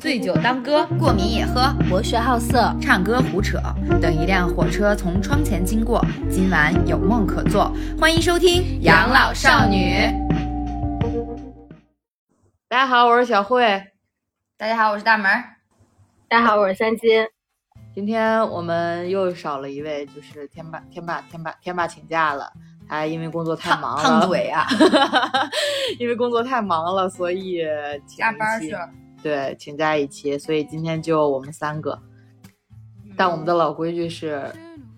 醉酒当歌，过敏也喝，博学好色，唱歌胡扯。等一辆火车从窗前经过，今晚有梦可做。欢迎收听《养老少女》。大家好，我是小慧。大家好，我是大门儿。大家好，我是三金。今天我们又少了一位，就是天霸天霸天霸天霸请假了，他因为工作太忙胖了，胖嘴啊， 因为工作太忙了，所以请加班一去期了。对，请假一期，所以今天就我们三个。但我们的老规矩是，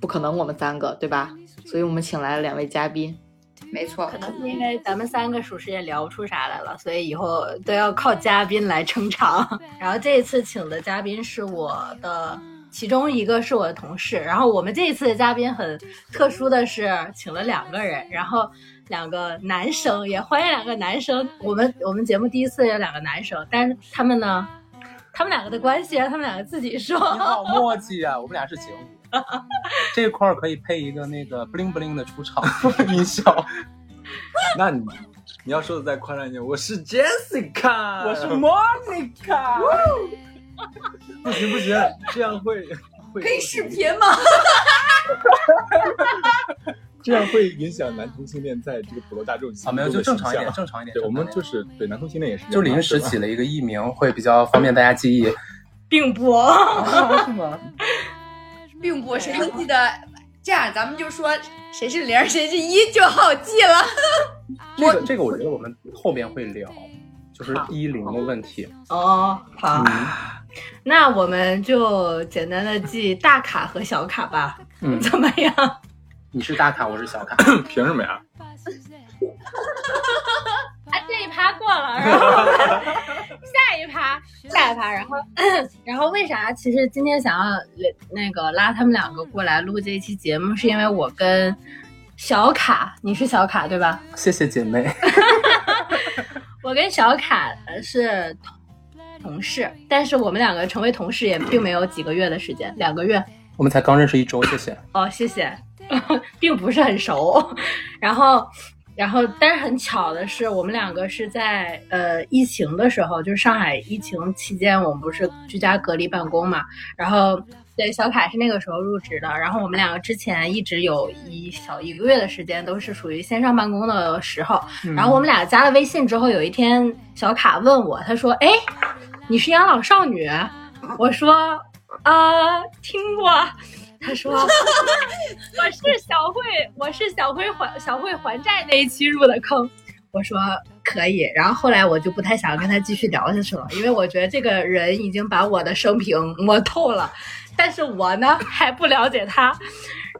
不可能我们三个，对吧？所以我们请来了两位嘉宾。没错可，能是因为咱们三个属实也聊不出啥来了，所以以后都要靠嘉宾来撑场。然后这一次请的嘉宾是我的，其中一个是我的同事。然后我们这一次的嘉宾很特殊的是，请了两个人，然后两个男生，也欢迎两个男生。我们我们节目第一次有两个男生，但是他们呢，他们两个的关系，让他们两个自己 你说。 好墨迹啊！我们俩是情 侣，这块儿可以配一个那个 bling bling 的出场 音效。那你你要说的再宽泛一点，我是 Jessica， 我是 Monica， 不行不行，这样会会可以视频吗？这样会影响男同性恋在这个普罗大众啊，没有，就正常一点，正常一点。对，我们就是对男同性恋也是啊就临时起了一个艺名，会比较方便大家记忆。并不，是吗？并不，谁都记得。这样咱们就说谁是零，谁是一就好记了。这个这个，我觉得我们后边会聊，就是一零的问题。哦，好。嗯那我们就简单的记大卡和小卡吧，嗯，怎么 样？你是大卡，我是小卡。凭什么呀？啊，这一趴过了，然后 下一趴，下一趴，然后然后为啥？其实今天想要那个拉他们两个过来录这一期节目，是因为我跟小卡，你是小卡对吧？谢谢姐妹。我跟小卡呃是同同事，但是我们两个成为同事也并没有几个月的时间，两个月。我们才刚认识一周，谢谢。哦，谢谢，并不是很熟。然后，然后，但是很巧的是，我们两个是在呃疫情的时候，就是上海疫情期间，我们不是居家隔离办公嘛。然后，对，小凯是那个时候入职的。然后我们两个之前一直有一小一个月的时间都是属于线上办公的时候。 嗯然后我们俩加了微信之后，有一天小卡问我，他说：“哎，你是养老少女？”我说：“啊、听过。”他说：“我是小慧，我是小慧还小慧还债那一期入的坑。”我说：“可以。”然后后来我就不太想跟他继续聊下去了，因为我觉得这个人已经把我的生平摸透了，但是我呢还不了解他。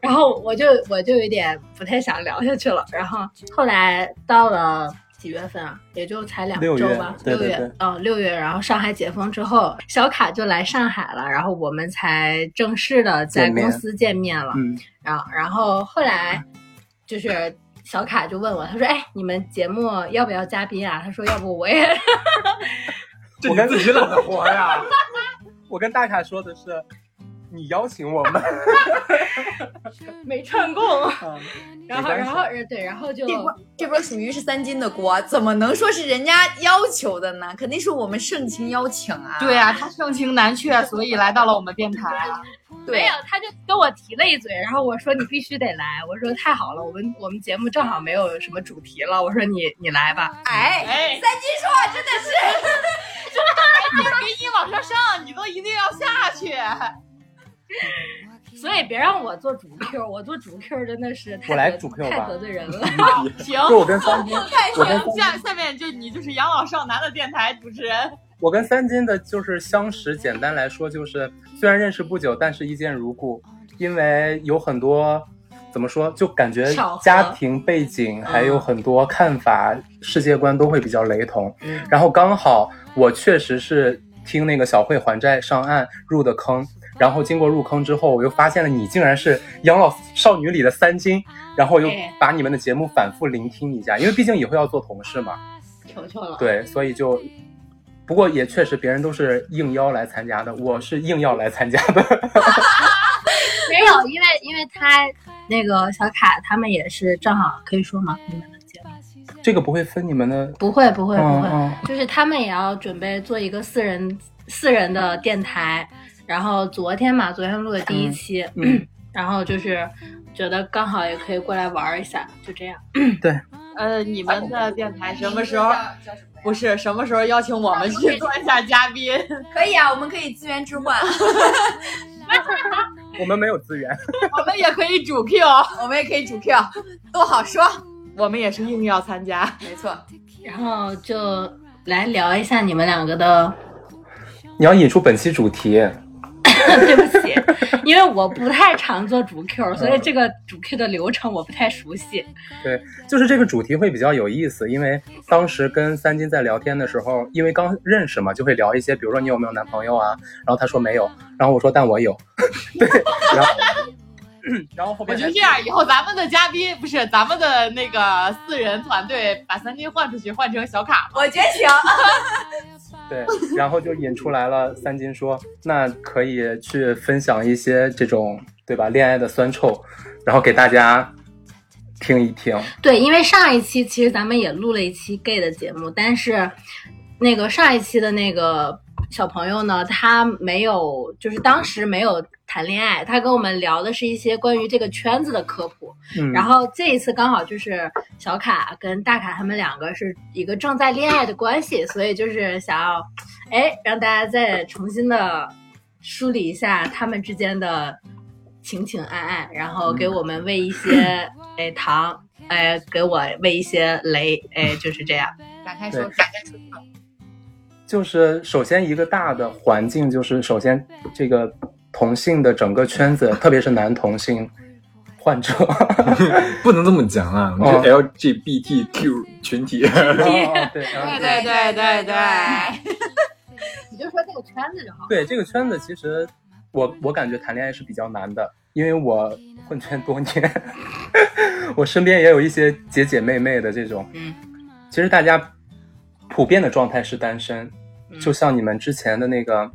然后我就我就有点不太想聊下去了。然后后来到了几月份啊？也就才两六周月吧，对对六对月，嗯，六月。然后上海解封之后，小卡就来上海了，然后我们才正式的在见面公司见面了。嗯，然后然后后来就是小卡就问我，他说：“哎，你们节目要不要嘉宾啊？”他说：“要不我 也。”这你自己懒得活呀！ 我跟大卡说的是，你邀请我们。没串供，然后嗯没关系然后呃对，然后就这波这波属于是三金的锅，怎么能说是人家要求的呢？肯定是我们盛情邀请啊。对啊，他盛情难却，所以来到了我们电台。啊对没有，他就跟我提了一嘴，然后我说你必须得来，我说太好了，我们我们节目正好没有什么主题了，我说你你来吧，哎，三金说话真的是。给你往上 上，你都一定要下 去。所以别让我做主 Q，我做主 Q 真的是太我来得主 Q 太吧得罪人 了。行，哦就我跟三金，我跟行，下下面就你就是养老少男的电台主持人。我跟三金的就是相识，简单来说就是虽然认识不久，但是一见如故，哦因为有很多怎么说，就感觉巧合嗯家庭背景还有很多看法、世界观都会比较雷同。嗯然后刚好我确实是听那个小慧还债上岸入的坑。然后经过入坑之后，我又发现了你竟然是养老少女里的三金，然后又哎把你们的节目反复聆听一下，因为毕竟以后要做同事嘛。求求了，对，所以就，不过也确实，别人都是应邀来参加的，我是应邀来参加的。没有，因为因为他那个小卡他们也是正好可以说吗？你们的节目这个不会分你们的，不会不会不嗯会，嗯，就是他们也要准备做一个四人四人的电台，然后昨天嘛，昨天录的第一期，嗯然后就是觉得刚好也可以过来玩一下，就这样。呃，你们的电台什么时候？叫什么呀不是什么时候邀请我们去 做一下嘉宾？可以啊，我们可以资源置换，我们没有资源，我们也可以主 Q，我们也可以主 Q，都好说。我们也是硬要参加。没错，然后就来聊一下你们两个的， 你要引出本期主题，对不起，因为我不太常做主 Q，所以这个主 Q 的流程我不太熟悉。对，就是这个主题会比较有意思，因为当时跟三金在聊天的时候，因为刚认识嘛，就会聊一些，比如说你有没有男朋友啊，然后他说没有，然后我说但我有， 对，然后 然后后我面觉才得这样，以后咱们的嘉宾不是咱们的那个四人团队，把三金换出去，换成小卡吧。我觉得 行。 对，然后就引出来了三金说，那可以去分享一些这种对吧恋爱的酸臭，然后给大家听一听，对，因为上一期其实咱们也录了一期 gay 的节目，但是那个上一期的那个小朋友呢，他没有，就是当时没有谈恋爱，他跟我们聊的是一些关于这个圈子的科普。嗯，然后这一次刚好就是小卡跟大卡他们两个是一个正在恋爱的关系，所以就是想要，哎，让大家再重新的梳理一下他们之间的情情爱爱，然后嗯给我们喂一些哎糖，哎给我喂一些雷，哎就是这样。展开说，对展开说说。就是首先一个大的环境，就是首先这个同性的整个圈子，特别是男同性 患者，不能这么讲啊，我们是 LGBTQ 群体。哦对对嗯对对对对，你就说这个圈子就好。对这个圈子，其实我我感觉谈恋爱是比较难的，因为我混圈多年， 我身边也有一些姐姐妹妹的这种，嗯，其实大家普遍的状态是单身，嗯就像你们之前的那个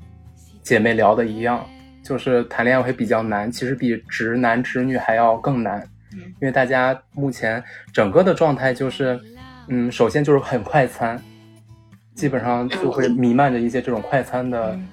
姐妹聊的一样，就是谈恋爱会比较难，其实比直男直女还要更难，嗯因为大家目前整个的状态就是，嗯，首先就是很快餐，基本上就会弥漫着一些这种快餐的嗯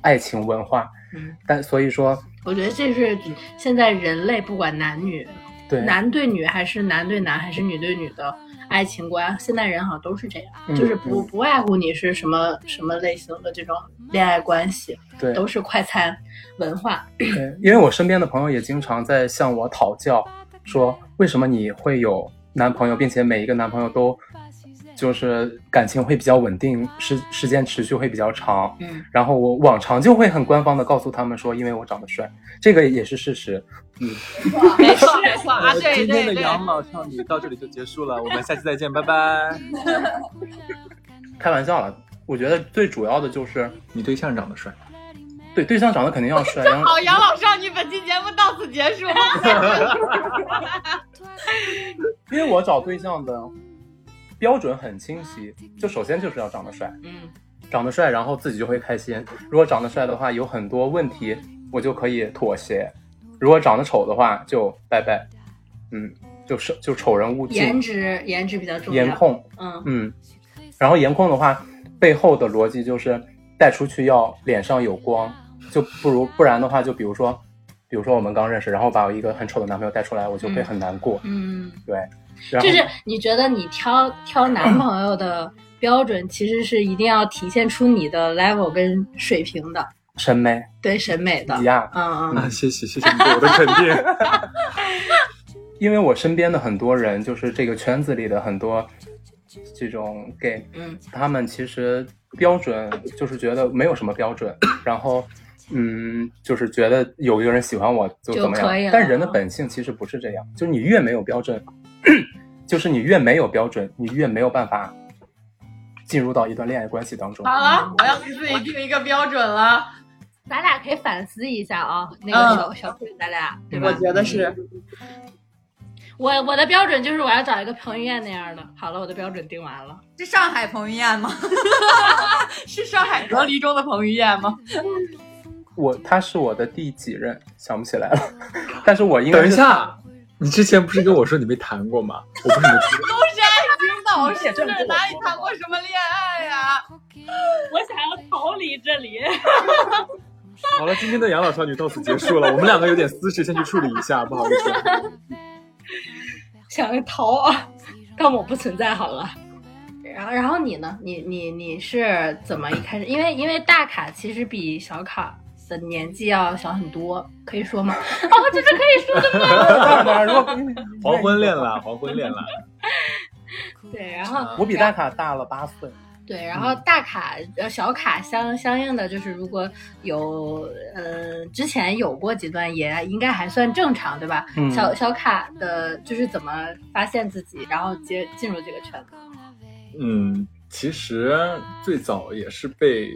爱情文化，嗯但所以说我觉得这是现在人类不管男女，对男对女还是男对男还是女对女的爱情观，现代人好像都是这样，嗯就是不嗯不外乎你是什么什么类型的这种恋爱关系，对都是快餐文化。对，因为我身边的朋友也经常在向我讨教，说为什么你会有男朋友，并且每一个男朋友都就是感情会比较稳定，时时间持续会比较长。嗯，然后我往常就会很官方的告诉他们说，因为我长得帅，这个也是事实。没错没错啊，呃对今天对的对。养老少女到这里就结束了，我们下期再见，拜拜。开玩笑了，我觉得最主要的就是 你对象长得 帅，对对象长得肯定要 帅，然后好，养老少女本期节目到此结束。因为我找对象的标准很清晰，就首先就是要长得帅。嗯，长得帅，然后自己就会开心。如果长得帅的话，有很多问题我就可以妥协；如果长得丑的话，就拜拜。嗯，就是就丑人勿近，颜值颜值比较重要。颜控，嗯，嗯，然后颜控的话，背后的逻辑就是带出去要脸上有光，就不如不然的话，就比如说，比如说我们刚认识，然后把我一个很丑的男朋友带出来，我就会很难过。嗯，对，然后就是你觉得你挑挑 男朋友的标准，其实是一定要体现出你的 level 跟水平的，审美对审美的。一样。嗯嗯啊，谢谢谢谢你对我的肯定。因为我身边的很多人，就是这个圈子里的很多这种 gay，嗯，他们其实标准就是觉得没有什么标准，然后嗯，就是觉得有一个人喜欢我就怎么就可以了，样但人的本性其实不是这样，就是你越没有标准， 就是你越没有标准，你越没有办法进入到一段恋爱关系当中。 啊好了，我要给自己定一个标准了。咱俩可以反思一下啊、那嗯个小、小慧，咱俩对吧？我觉得是，我我的标准就是我要找一个彭于晏那样的。好了，我的标准定完了。是上海彭于晏吗？是上海隔离中的彭于晏吗？我他是我的第几任，想不起来了， 但是我应该是 等一下， 你之前不是跟我说你没谈过吗？我不是没谈过。 都是爱情导师，哪里谈过什么恋爱呀、啊我想要讨逃离这里。好了，今天的养老少女到此结束了，我们两个有点私事，先去处理一下，不好意思。 想逃啊， 当我不存在好了。然后，然后你呢？你你你是怎么一开始？因为因为大卡其实比小卡的年纪要小很多，可以说吗？ 哦，这是可以说的吗？当然，如 果黄昏恋啦，黄昏恋啦，对，然啊后我比大卡大了八岁，对，然后大卡呃小卡相相应的就是，如果有呃之前有过几段，也应该还算正常，对吧？嗯小小卡的就是怎么发现自己，然后接进入这个圈子。嗯，其实最早也是被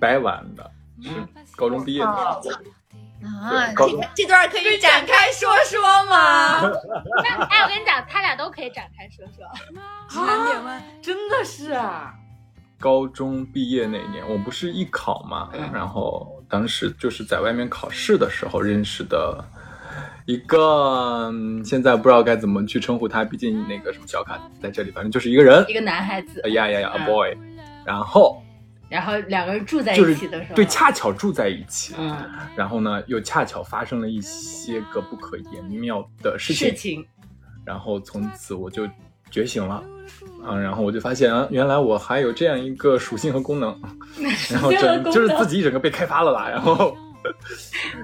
掰弯的，是高中毕业的时候。哦啊，对这高个这段可以展开说说 吗？ 啊那哎，我跟你讲，他俩都可以展开说说。啊，真的是啊，高中毕业那一年，我不是艺考嘛，嗯然后当时就是在外面考试的时候认识的一个，嗯现在不知道该怎么去称呼他，毕竟那个什么小卡在这里，反正就是一个人 一，个男孩子哎，呀呀呀嗯，a boy，然后然后两个人住在就一是起的时候，对，恰巧住在一起，嗯，然后呢又恰巧发生了一些个不可言妙的事情事，情，然后从此我就觉醒了。嗯，然后我就发现，啊原来我还有这样一个属性和功能，然后整就是自己整个被开发了啦，然后，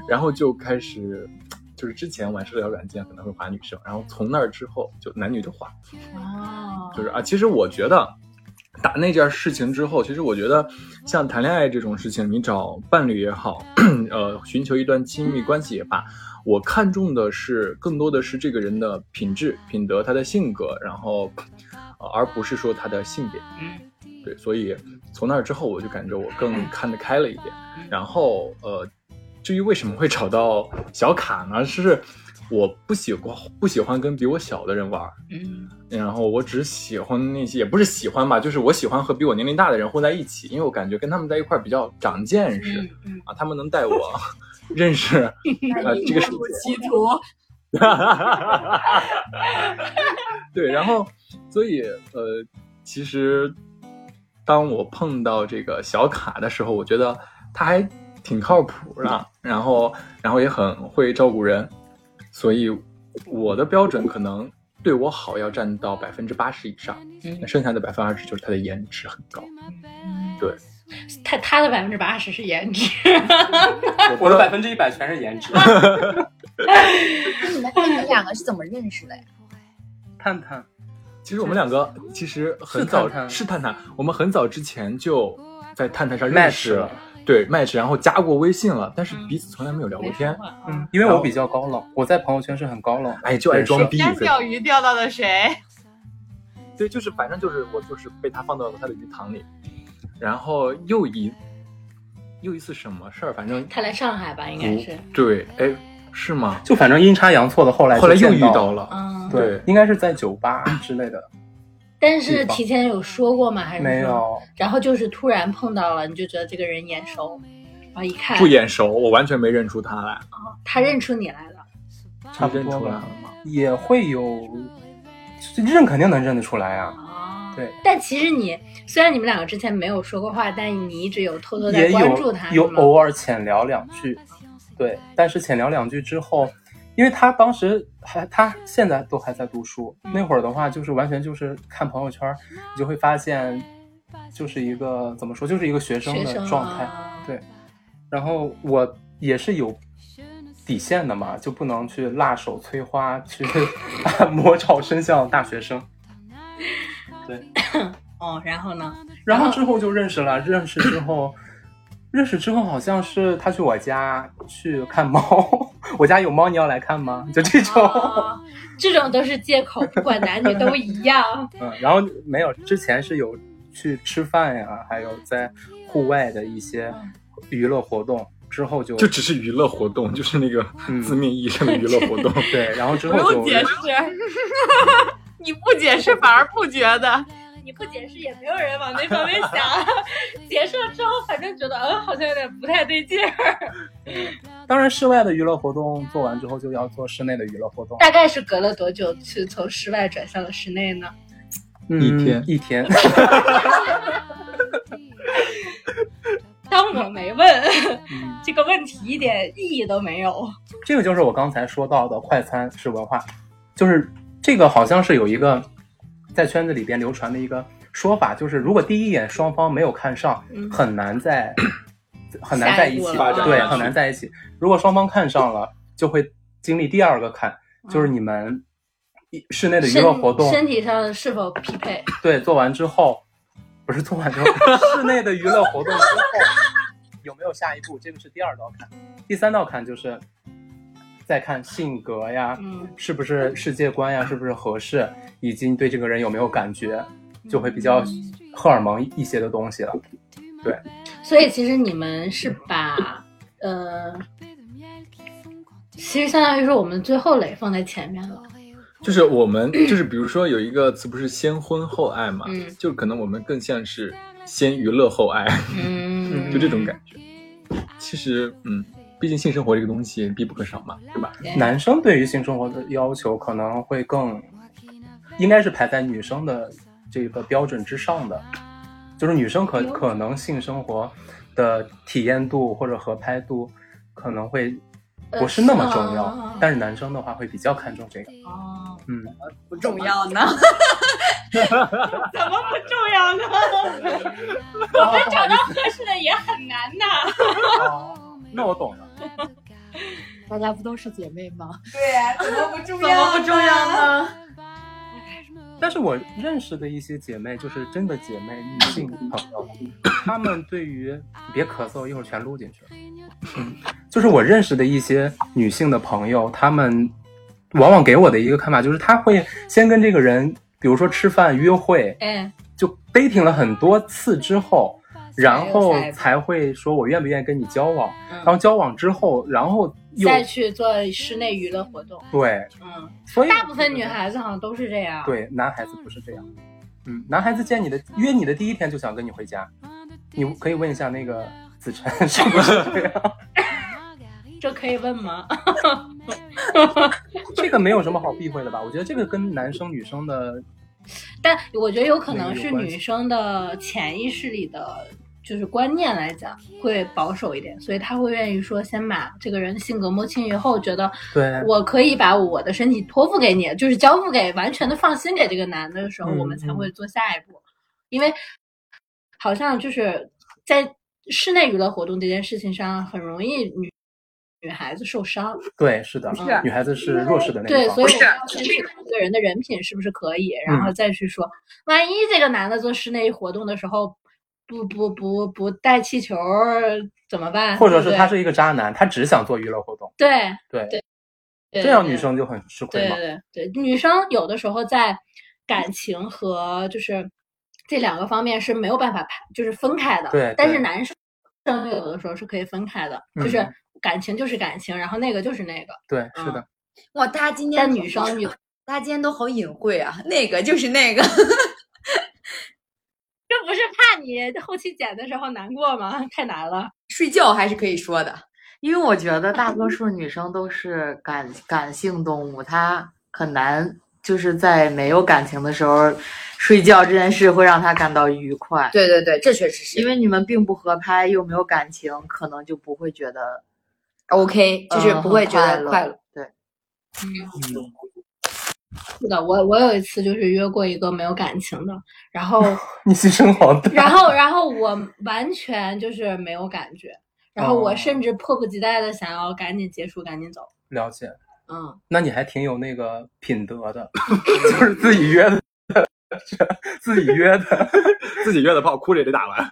然后就开始，就是之前玩社交软件可能会划女生，然后从那儿之后就男女都划，哦，就是啊，其实我觉得打那件事情之后，其实我觉得像谈恋爱这种事情，你找伴侣也好， 呃，寻求一段亲密关系也罢，我看重的是更多的是这个人的品质、品德、他的性格，然后、呃而不是说他的性别。嗯对，所以从那儿之后，我就感觉我更看得开了一点。嗯然后呃，至于为什么会找到小卡呢？是我不喜欢不喜欢跟比我小的人玩儿，嗯然后我只喜欢那些，也不是喜欢吧，就是我喜欢和比我年龄大的人混在一起，因为我感觉跟他们在一块儿比较长见识、嗯嗯，啊，他们能带我 认 识啊这个世界。企图对，然后所以呃，其实当我碰到这个小卡的时候，我觉得他还挺靠谱的，然后然后也很会照顾人，所以我的标准可能对我好要占到百分之八十以上，嗯那剩下的百分之二十就是他的颜值很高。他他的百分之八十是颜值，哎我的百分之一百全是颜值。你们你们两个是怎么认识的呀？ 探探，其实我们两个其实很是早探探是探探，我们很早之前就在探探上 Match 认识了，对 match，然后加过微信了，但是嗯彼此从来没有聊过没天说。话啊嗯，因为我比较高冷，我在朋友圈是很高冷的。哎，就爱装逼，刚钓鱼钓到的 谁？对，就是反正就是我就是被他放到了他的鱼塘里，然后又一又一次什么事儿，反正 他来上海吧，应嗯该是，对，哎，是吗？就反正阴差阳错的，后来后来又就见遇到到，了，嗯，对对，应该是在酒吧之类的，但是提前有说过吗？还是说没？有。然后就是突然碰到了，你就觉得这个人眼熟，然后一看不眼熟，我完全没认出他来，他认出你来了，差不你认多出来了吧，吗？也会有认肯定能认得出来啊，哦对。但其实你虽然你们两个之前没有说过话，但你一直有偷偷在也关注有他，有是吗偶尔浅聊两句，对，但是浅聊两句之后，因为他当时还他现在都还在读书，嗯那会儿的话就是完全就是看朋友圈儿，你就会发现就是一个怎么说，就是一个学生学的生状态，啊对然后我也是有底线的嘛，就不能去辣手摧花，去 魔爪伸向大学生。哦，然后 呢？然后之后就认识了，认识之后，认识之后好像是他去我家去看猫， 我家有猫，你要来看吗？就这种。哦这种都是借口，不管男女都一样。嗯，然后没有，之前是有去吃饭呀，还有在户外的一些娱乐活动，之后就就只是娱乐活动，就是那个嗯字面意义上的娱乐活动。对，然后之不后就用解释， 你不解释反而不觉得。你不解释，也没有人往那方面想。 解释了之后，反正觉得嗯，好像有点不太对劲儿。当然室外的娱乐活动做完之后，就要做室内的娱乐活动。大概是隔了多久去从室外转向了室内呢？嗯一天一天，我没问 嗯这个问题，一点意义都没有。这个就是我刚才说到的快餐式文化，就是这个好像是有一个在圈子里边流传的一个说法，就是如果第一眼双方没有看上，嗯很难在很难下在一一步起，了啊对，很难在一起。如果双方看上了，就会经历第二个坎，就是你们一室内的娱乐活动，身身体上是否匹配？对，做完之后，不是做完之后， 室内的娱乐活动之后有没有下一步？这个是第二道坎，第三道坎就是再看性格呀，嗯，是不是世界观呀，是不是合适，以及你对这个人有没有感觉，就会比较荷尔蒙一些的东西了。所以其实你们是把呃，其实相当于说我们最后垒放在前面了。就是我们就是比如说有一个词不是先婚后爱嘛，嗯就可能我们更像是先娱乐后爱，嗯，就这种感觉。其实，嗯，毕竟性生活这个东西必不可少嘛，对吧？ 对男生对于性生活的要求可能会更，应该是排在女生的这个标准之上的，就是女生可可能性生活的体验度或者合拍度可能会不是那么重呃是吗要，但是男生的话会比较看重这个。哦，嗯，不重要呢。怎么不重要呢？啊不好意思合适的也很难呐。啊那我懂了。大家不都是姐妹吗？对呀，怎么不重怎么不重要？呢？但是我认识的一些姐妹，就是真的姐妹，女性朋友，她们对于你别咳嗽，一会儿全录进去了。嗯，就是我认识的一些女性的朋友，她们往往给我的一个看法就是，她会先跟这个人，比如说吃饭、约会，哎，就 dating 了很多次之后，然后才有才会说我愿不愿意跟你交往。然后嗯，交往之后，然后又再去做室内娱乐活动。对，嗯，所以大部分女孩子好像都是这样。，对，男孩子不是这样。嗯，男孩子见你的约你的第一天就想跟你回家，你可以问一下那个子晨是不是这样？ 这可以问吗？ 这个没有什么好避讳的吧？我觉得这个跟男生女生的但我觉得有可能是女生的潜意识里的，就是观念来讲会保守一点，所以她会愿意说先把这个人的性格摸清以后，觉得对我可以把我的身体托付给你，就是交付给完全的放心给这个男的的时候，嗯我们才会做下一步，因为好像就是在室内娱乐活动这件事情上，很容易女女孩子受伤。对是的，是女孩子是弱势的那对一，方。所以我们要先去看这个人的人品是不是可以，然嗯后再去说，万一这个男的做室内活动的时候不不不不带气球儿怎么办？或者对是不他是一个渣男，他只想做娱乐活动，对对，对这样对女生就很吃亏对嘛。对对，对女生有的时候在感情和就是这两个方面是没有办法排，就是分开的。对但是对嗯男生生有的时候是可以分开的，就是感情就是感情，然后那个就是那个。对，是的，哇，大家今天但女生有，大家今天都好隐晦啊，那个就是那个， 这不是怕你后期剪的时候难过吗？太难了。睡觉还是可以说的。因为我觉得大多数女生都是感感性动物，她很难就是在没有感情的时候睡觉这件事会让她感到愉快，对对对，这确实是因为你们并不合拍，又没有感情，可能就不会觉得 OK，就是嗯不会很觉得快快乐。。对，嗯是的，我我有一次就是约过一个没有感情的，然 后你牺牲好大。然后然后我完全就是没有感觉，然后我哦甚至迫不及待的想要赶紧结束，赶紧走。了解，嗯。那你还挺有那个品德的， 就是自己约的， 啊自己约的。自己约的炮，哭着也得打完。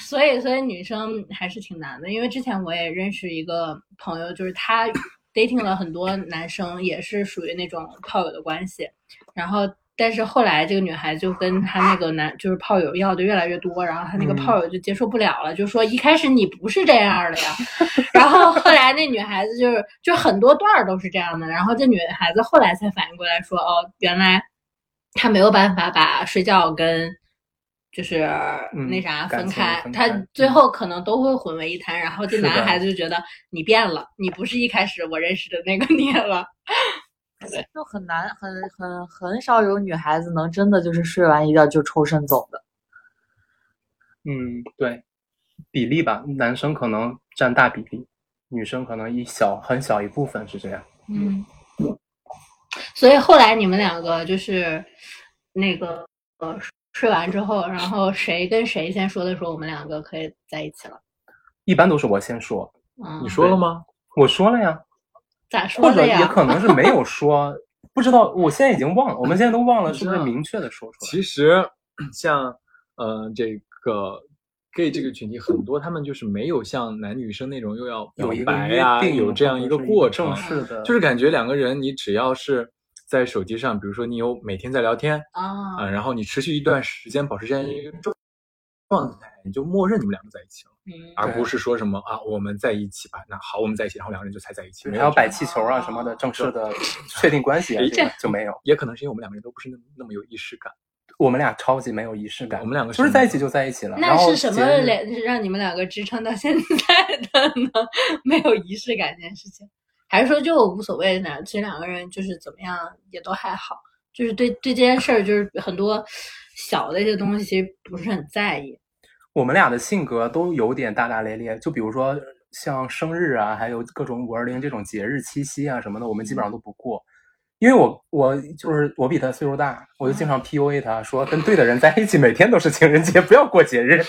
所以，所以女生还是挺难的，因为之前我也认识一个朋友，就是他 dating 了很多男生，也是属于那种炮友的关系。然后，但是后来这个女孩就跟她那个男，就是炮友要的越来越多，然后她那个嗯炮友就接受不了了，就说一开始你不是这样的呀。然后后来那女孩子就是，就很多段儿都是这样的。然后这女孩子后来才反应过来说，哦，原来她没有办法把睡觉跟就是嗯那啥感分情开，分她开最嗯后可能都会混为一谈。然后这是的男孩子就觉得你变了，你不是一开始我认识的那个你了。就很难，很很很少有女孩子能真的就是睡完一觉就抽身走的。嗯，对，比例吧，男生可能占大比例，女生可能一小很小一部分是这样。嗯，所以后来你们两个就是那个呃睡完之后，然后谁跟谁先说的说我们两个可以在一起了。一般都是我先说，嗯，你说了吗？我说了呀，咋说或者的也呀？可能是没 有说，不知道，我现在已经忘了，我们现在都忘了是不是明确的说出来。其实像呃这个 gay 这个群体，很多他们就是没有像男女生那种又要有一表个白约呀、定，有这样或一者个是过程正，式的，就是感觉两个人你只要是在手机上，比如说你有每天在聊天，啊啊、，然后你持续一段时间保持这样一个状状态，你就默认你们两个在一起了，嗯而不是说什么啊我们在一起吧，那好我们在一起，然后两个人就才在一起，没还有要这摆样气球啊什么的，正式 的确定关系啊，这个就没有。也可能是因为我们两个人都不是那么那么有仪式感，我们俩超级没有仪式感，我们两个就是是在一起就在一起了。那然后是什么节日两让你们两个支撑到现在的呢？ 没有仪式感这件事情，还是说就无所谓呢？其实两个人就是怎么样也都还好，就是对对这件事儿，就是很多小的一些东西其实不是很在意。我们俩的性格都有点大大咧咧，就比如说像生日啊，还有各种五二零这种节日七夕啊什么的，我们基本上都不过。因为我我就是我比他岁数大，我就经常 PUA 他说跟对的人在一起，每天都是情人节，不要过节日。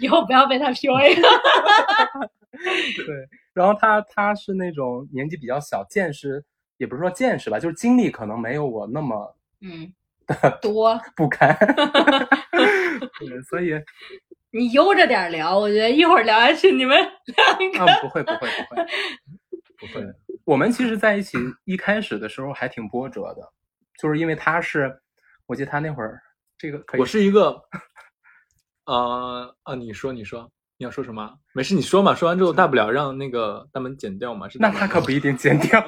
以后不要被他 PUA 了。对，然后他他是那种年纪比较小，见识也不是说见识吧，就是经历可能没有我那么嗯，多不堪，对所以嗯你悠着点儿聊，我觉得一会儿聊下去你们两 个、啊不会不会不会，不会。我们其实在一起一开始的时候还挺波折的，就是因为他是，我记得他那会儿这个可以，我是一个，呃啊，你说你说你要说什么？没事，你说嘛。说完之后，大不了让那个大门剪掉嘛。是那大门他吗可不一定剪掉，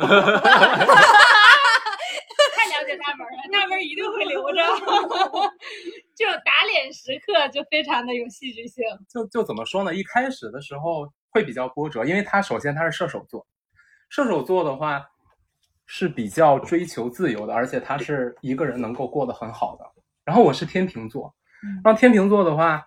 太了解大门儿了，大门儿一定会留着。 这种打脸时刻就非常的有戏剧性。就就怎么说呢？一开始的时候会比较波折，因为他首先他是射手座，射手座的话是比较追求自由的，而且他是一个人能够过得很好的。然后我是天秤座，嗯然后天秤座的话，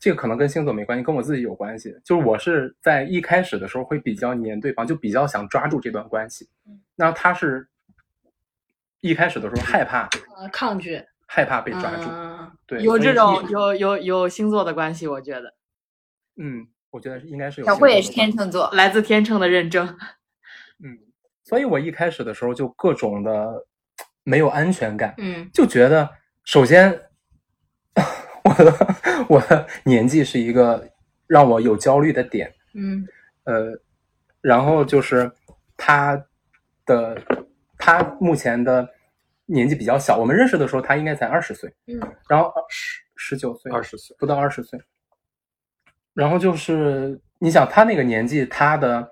这个可能跟星座没关系，跟我自己有关系。就是我是在一开始的时候会比较黏对方，就比较想抓住这段关系。嗯那他是一开始的时候害怕呃，抗拒害怕被抓住，嗯对，啊有所以这种一有有有星座的关系，我觉得嗯，我觉得应该是有小星慧也座的是关天系秤座，来自天秤的认证。 嗯，所以我一开始的时候就各种的没有安全感，嗯就觉得首先 我的我的年纪是一个让我有焦虑的点，嗯呃，然后就是他的他目前的年纪比较小，我们认识的时候他应该才二十岁，嗯，然后十十九岁，二十岁，不到二十岁。然后就是你想他那个年纪，他的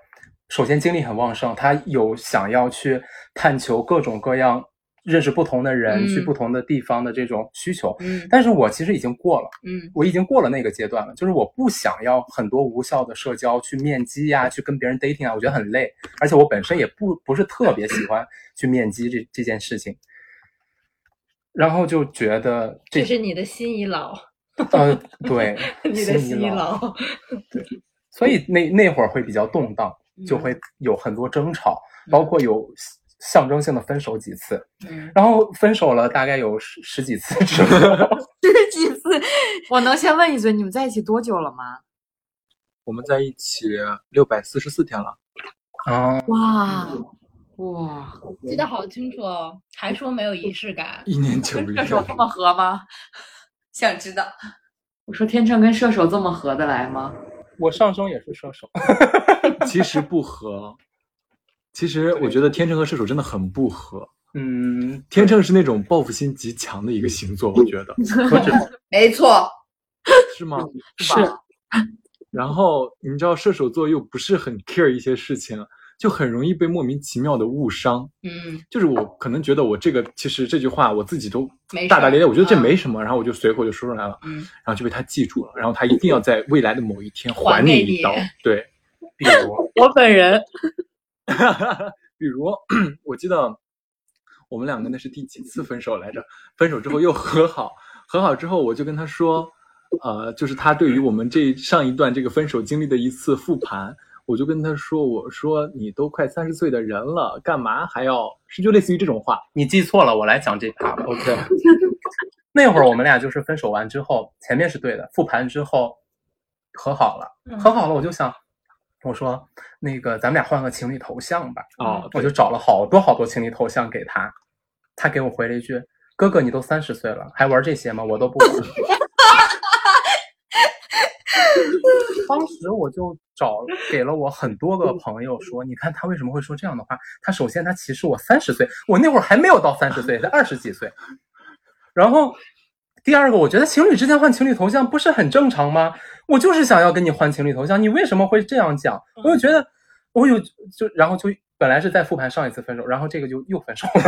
首先精力很旺盛，他有想要去探求各种各样、认识不同的人、嗯去不同的地方的这种需求。嗯但是我其实已经过了，嗯我已经过了那个阶段了，就是我不想要很多无效的社交，去面基呀、去跟别人 dating 啊，我觉得很累，而且我本身也不不是特别喜欢去面基这这件事情。然后就觉得这这是你的心已老，，呃，对 你的心已老， 所以那那会儿会比较动荡，嗯就会有很多争吵，包括有象征性的分手几次，嗯然后分手了大概有十十几次 之后，这几次我能先问一句，你们在一起多久了吗？我们在一起六百四十四天了，啊，哇哇，记得好清楚哦，还说没有仪式感。一年九个跟月射。手这么合吗？ 想知道，我说天秤跟射手这么合得来吗？我上升也是射手， 其实不合，其实我觉得天秤和射手真的很不合。嗯，天秤是那种报复心极强的一个星座，我觉 得何止没错，是吗？是然后你知道射手座又不是很 care 一些事情，就很容易被莫名其妙的误伤。嗯，就是我可能觉得我这个其实这句话我自己都没大大咧咧，我觉得这嗯没什么，然后我就随口就说出来了，嗯然后就被他记住了，然后他一定要在未来的某一天还还给一你刀，对，比如我本人比如 我记得我们两个那是第几次分手来着？分手之后又和好，和好之后我就跟他说，呃，就是他对于我们这上一段这个分手经历的一次复盘。我就跟他说：“我说你都快三十岁的人了，干嘛还要？是就类似于这种话。你记错了，我来讲这趴吧。 ”OK， 那会儿我们俩就是分手完之后，前面是对的，复盘之后和好了，和好了，我就想，我说那个咱们俩换个情侣头像吧，哦，我就找了好多好多情侣头像给他，他给我回了一句：“哥哥，你都三十岁了，还玩这些吗？我都不玩。” 当时我就找给了我很多个朋友说，你看他为什么会说这样的话？他首先他歧视我三十岁，我那会儿还没有到三十岁，才二十几岁。然后第二个，我觉得情侣之间换情侣头像不是很正常吗？我就是想要跟你换情侣头像，你为什么会这样讲？我就觉得，我有就然后就本来是在复盘上一次分手，然后这个就又分手了。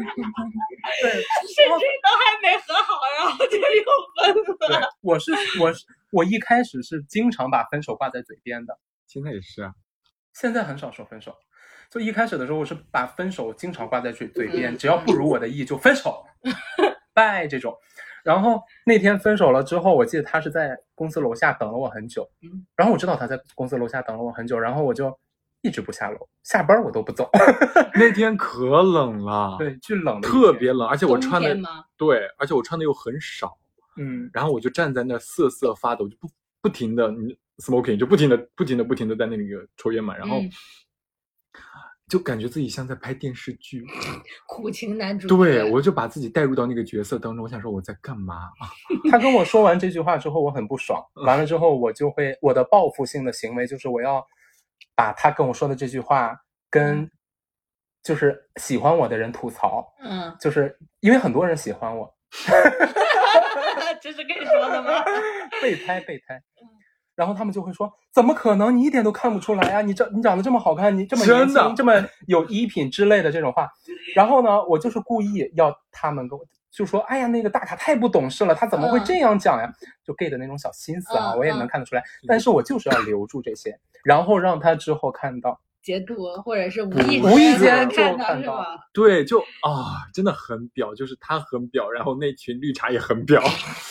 甚至都还没和好，啊然后就又分了。对，我是我是我一开始是经常把分手挂在嘴边的，现在也是 啊。现在很少说分手。就一开始的时候，我是把分手经常挂在嘴嘴边，只要不如我的意就分手，拜这种。然后那天分手了之后，我记得他是在公司楼下等了我很久，然后我知道他在公司楼下等了我很久，然后我就一直不下楼，下班我都不走。那天可冷了，， 对，巨冷的一天，特别冷，而且我穿冬的天吗？对，而且我穿的又很少，嗯，然后我就站在那儿瑟瑟发抖，就不不停的 smoking，就不停的不停的不停的在那里个抽烟嘛，然后。嗯就感觉自己像在拍电视剧，苦情男主角。对我就把自己带入到那个角色当中，我想说我在干嘛？他跟我说完这句话之后，我很不爽。完了之后，我就会我的报复性的行为就是我要把他跟我说的这句话跟就是喜欢我的人吐槽，嗯，就是因为很多人喜欢我，这是跟你说 的吗？备胎备胎。嗯然后他们就会说：“怎么可能？你一点都看不出来啊！你这你长得这么好看，你这么年真的轻，这么有衣品之类的这种话。”然后呢，我就是故意要他们跟我就说：“哎呀，那个大卡太不懂事了，他怎么会这样讲呀？”就 gay 的那种小心思啊，嗯我也能看得出来。但是我就是要留住这些，然后让他之后看到。截图或者是无意意无意间就看看是到吧？对，就啊，真的很表，就是他很表，然后那群绿茶也很表，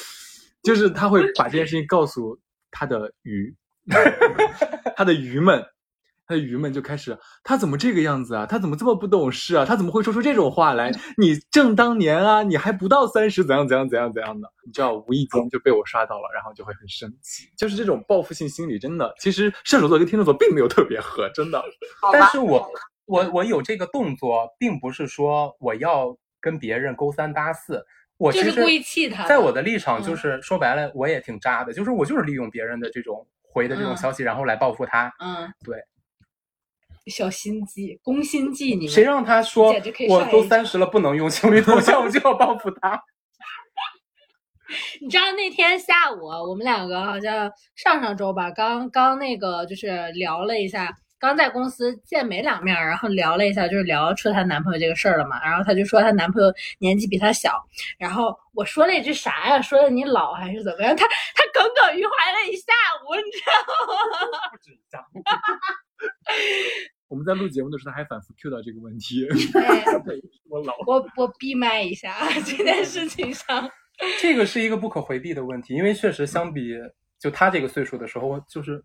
就是他会把这件事情告诉他的鱼， 他的鱼们，他的鱼们就开始，他怎么这个样子啊？他怎么这么不懂事啊？他怎么会说出这种话来？你正当年啊，你还不到三十，怎样怎样怎样怎样的？你知道，无意间就被我刷到了，然后就会很生气，就是这种报复性心理，真的，其实射手座跟天秤座并没有特别合，真的。好但吧，是我我我有这个动作，并不是说我要跟别人勾三搭四，我其就实是故意气他的在我的立场，嗯就是说白了，我也挺渣的，就是我就是利用别人的这种回的这种嗯消息，然后来报复他。嗯，对。小心机，攻心计，你们谁让他说简直可以我上都一三十了不能用情侣头像，我就要报复他？你知道那天下午啊我们两个好像上上周吧，刚刚那个就是聊了一下，刚在公司见没两面儿，然后聊了一下，就是聊出她男朋友这个事儿了嘛。然后她就说她男朋友年纪比她小，然后我说了一句啥呀？说的你老还是怎么样？她她耿耿于怀了一下午，你知道吗？ 我们在录节目的时候，他还反复 Q 到这个问题。哎我老我我闭麦一下 这件事情上，这个是一个不可回避的问题，因为确实相比就他这个岁数的时候，就是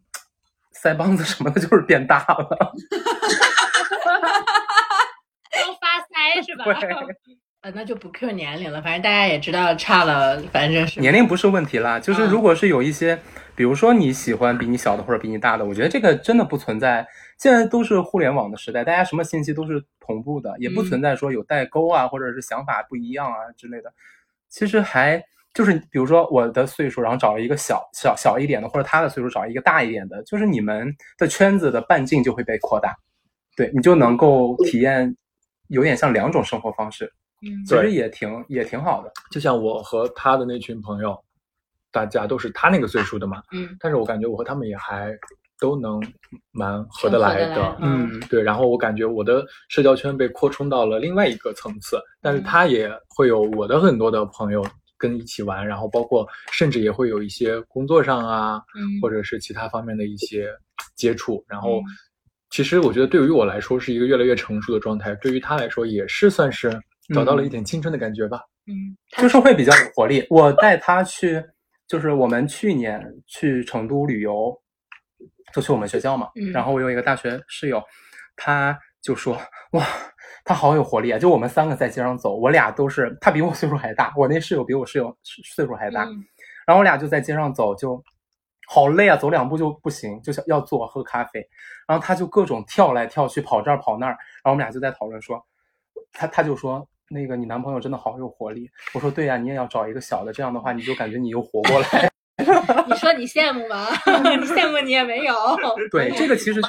腮帮子什么的，就是变大了。都 发腮是吧？ 对。呃，那就不 Q 年龄了，反正大家也知道差了，反正是年龄不是问题啦，嗯就是如果是有一些，比如说你喜欢比你小的或者比你大的，我觉得这个真的不存在。现在都是互联网的时代，大家什么信息都是同步的，也不嗯存在说有代沟啊，或者是想法不一样啊之类的。其实还就是，比如说我的岁数，然后找一个小小小一点的，或者他的岁数找一个大一点的，就是你们的圈子的半径就会被扩大，对你就能够体验有点像两种生活方式，嗯其实对也挺也挺好的。就像我和他的那群朋友，大家都是他那个岁数的嘛，嗯，但是我感觉我和他们也还都能蛮挺合得合来得的。来嗯嗯，对，然后我感觉我的社交圈被扩充到了另外一个层次，但是嗯他也会有我的很多的朋友跟一起玩，然后包括甚至也会有一些工作上啊，嗯或者是其他方面的一些接触。然后嗯，其实我觉得对于我来说是一个越来越成熟的状态，对于他来说也是算是找到了一点青春的感觉吧。嗯，就是会比较有活力。我带他去，就是我们去年去成都旅游，就去我们学校嘛。嗯然后我有一个大学室友，他就说：“哇，他好有活力啊！”就我们三个在街上走，我俩都是他比我岁数还大，我那室友比我室友岁数还大。嗯然后我俩就在街上走，就好累啊，走两步就不行，就想要坐喝咖啡。然后他就各种跳来跳去，跑这儿跑那儿。然后我们俩就在讨论说，他他就说那个你男朋友真的好有活力。我说对呀、啊你也要找一个小的，这样的话你就感觉你又活过来。 你说你羡慕吧？你羡慕你也没有。对，这个其实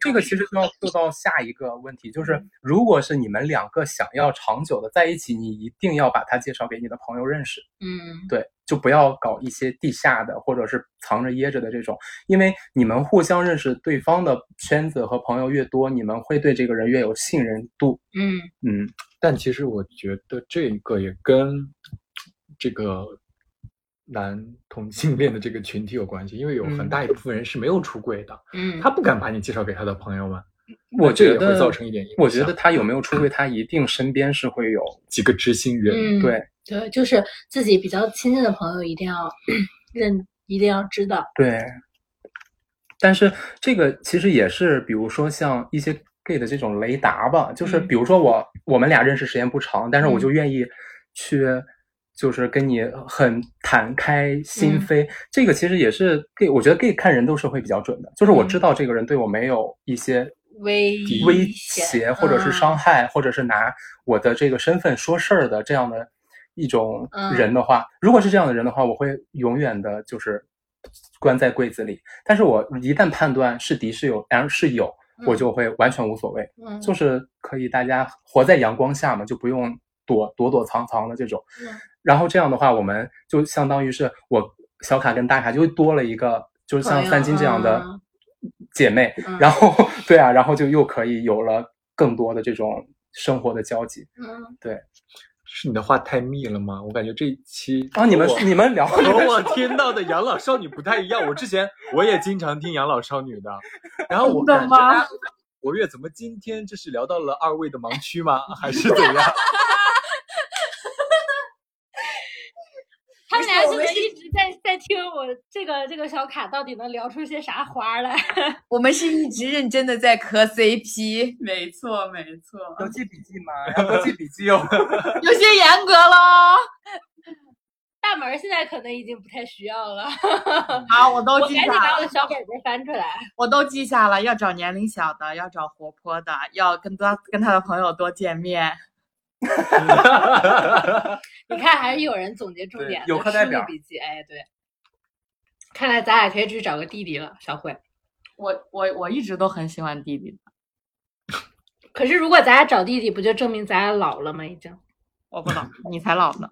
这个其实就要做到下一个问题，就是如果是你们两个想要长久的在一起，你一定要把他介绍给你的朋友认识。嗯对，就不要搞一些地下的或者是藏着掖着的这种，因为你们互相认识对方的圈子和朋友越多，你们会对这个人越有信任度。嗯嗯，但其实我觉得这个也跟这个男同性恋的这个群体有关系，因为有很嗯大一部分人是没有出柜的，嗯，他不敢把你介绍给他的朋友们，我这觉也会得造成一点影响。我觉得他有没有出柜，他一定身边是会有。几个知心人，嗯对对，就是自己比较亲近的朋友一定要 认，一定要知道。对，但是这个其实也是，比如说像一些 gay 的这种雷达吧，就是嗯比如说我我们俩认识时间不长，但是我嗯就愿意去，就是跟你很坦开心嗯扉。这个其实也是 gay，我觉得 gay 看人都是会比较准的，就是我嗯知道这个人对我没有一些危威险胁或者是伤害，害，或者是拿我的这个身份说事儿的这样的一种嗯人的话，如果是这样的人的话，我会永远的就是关在柜子里。但是我一旦判断是敌是友，然是友，我就会完全无所谓，嗯就是可以大家活在阳光下嘛，就不用躲躲躲藏藏的这种。嗯然后这样的话，我们就相当于是我小卡跟大卡就多了一个，就是像朋友三金这样的嗯姐妹，嗯然后对啊，然后就又可以有了更多的这种生活的交集嗯，是你的话太密了吗？我感觉这一期啊。你们你们 聊，和哦 我听到的养老少女不太一样。我之前我也经常听养老少女的，然后我真的感觉吗哎活跃怎么今天这是聊到了二位的盲区吗？还 是怎样？他们俩就是一直在在听我这个这个小卡到底能聊出些啥花儿来。 我们是一直认真的在磕 CP，没错，没错。有记笔记吗？要多记笔记哦。有些严格 喽。大门儿现在可能已经不太需要了，好，我我都赶记紧把下我的了，小本本翻出来。我都记下了。要找年龄小的，要找活泼的，要跟多跟他的朋友多见面。你看，还是有人总结重点的，对有课代表梳理笔记。哎，对，看来咱俩可以去找个弟弟了，小慧。我我我一直都很喜欢弟弟的，可是如果咱俩找弟弟，不就证明咱俩老了吗？已经。我不懂，你才老呢。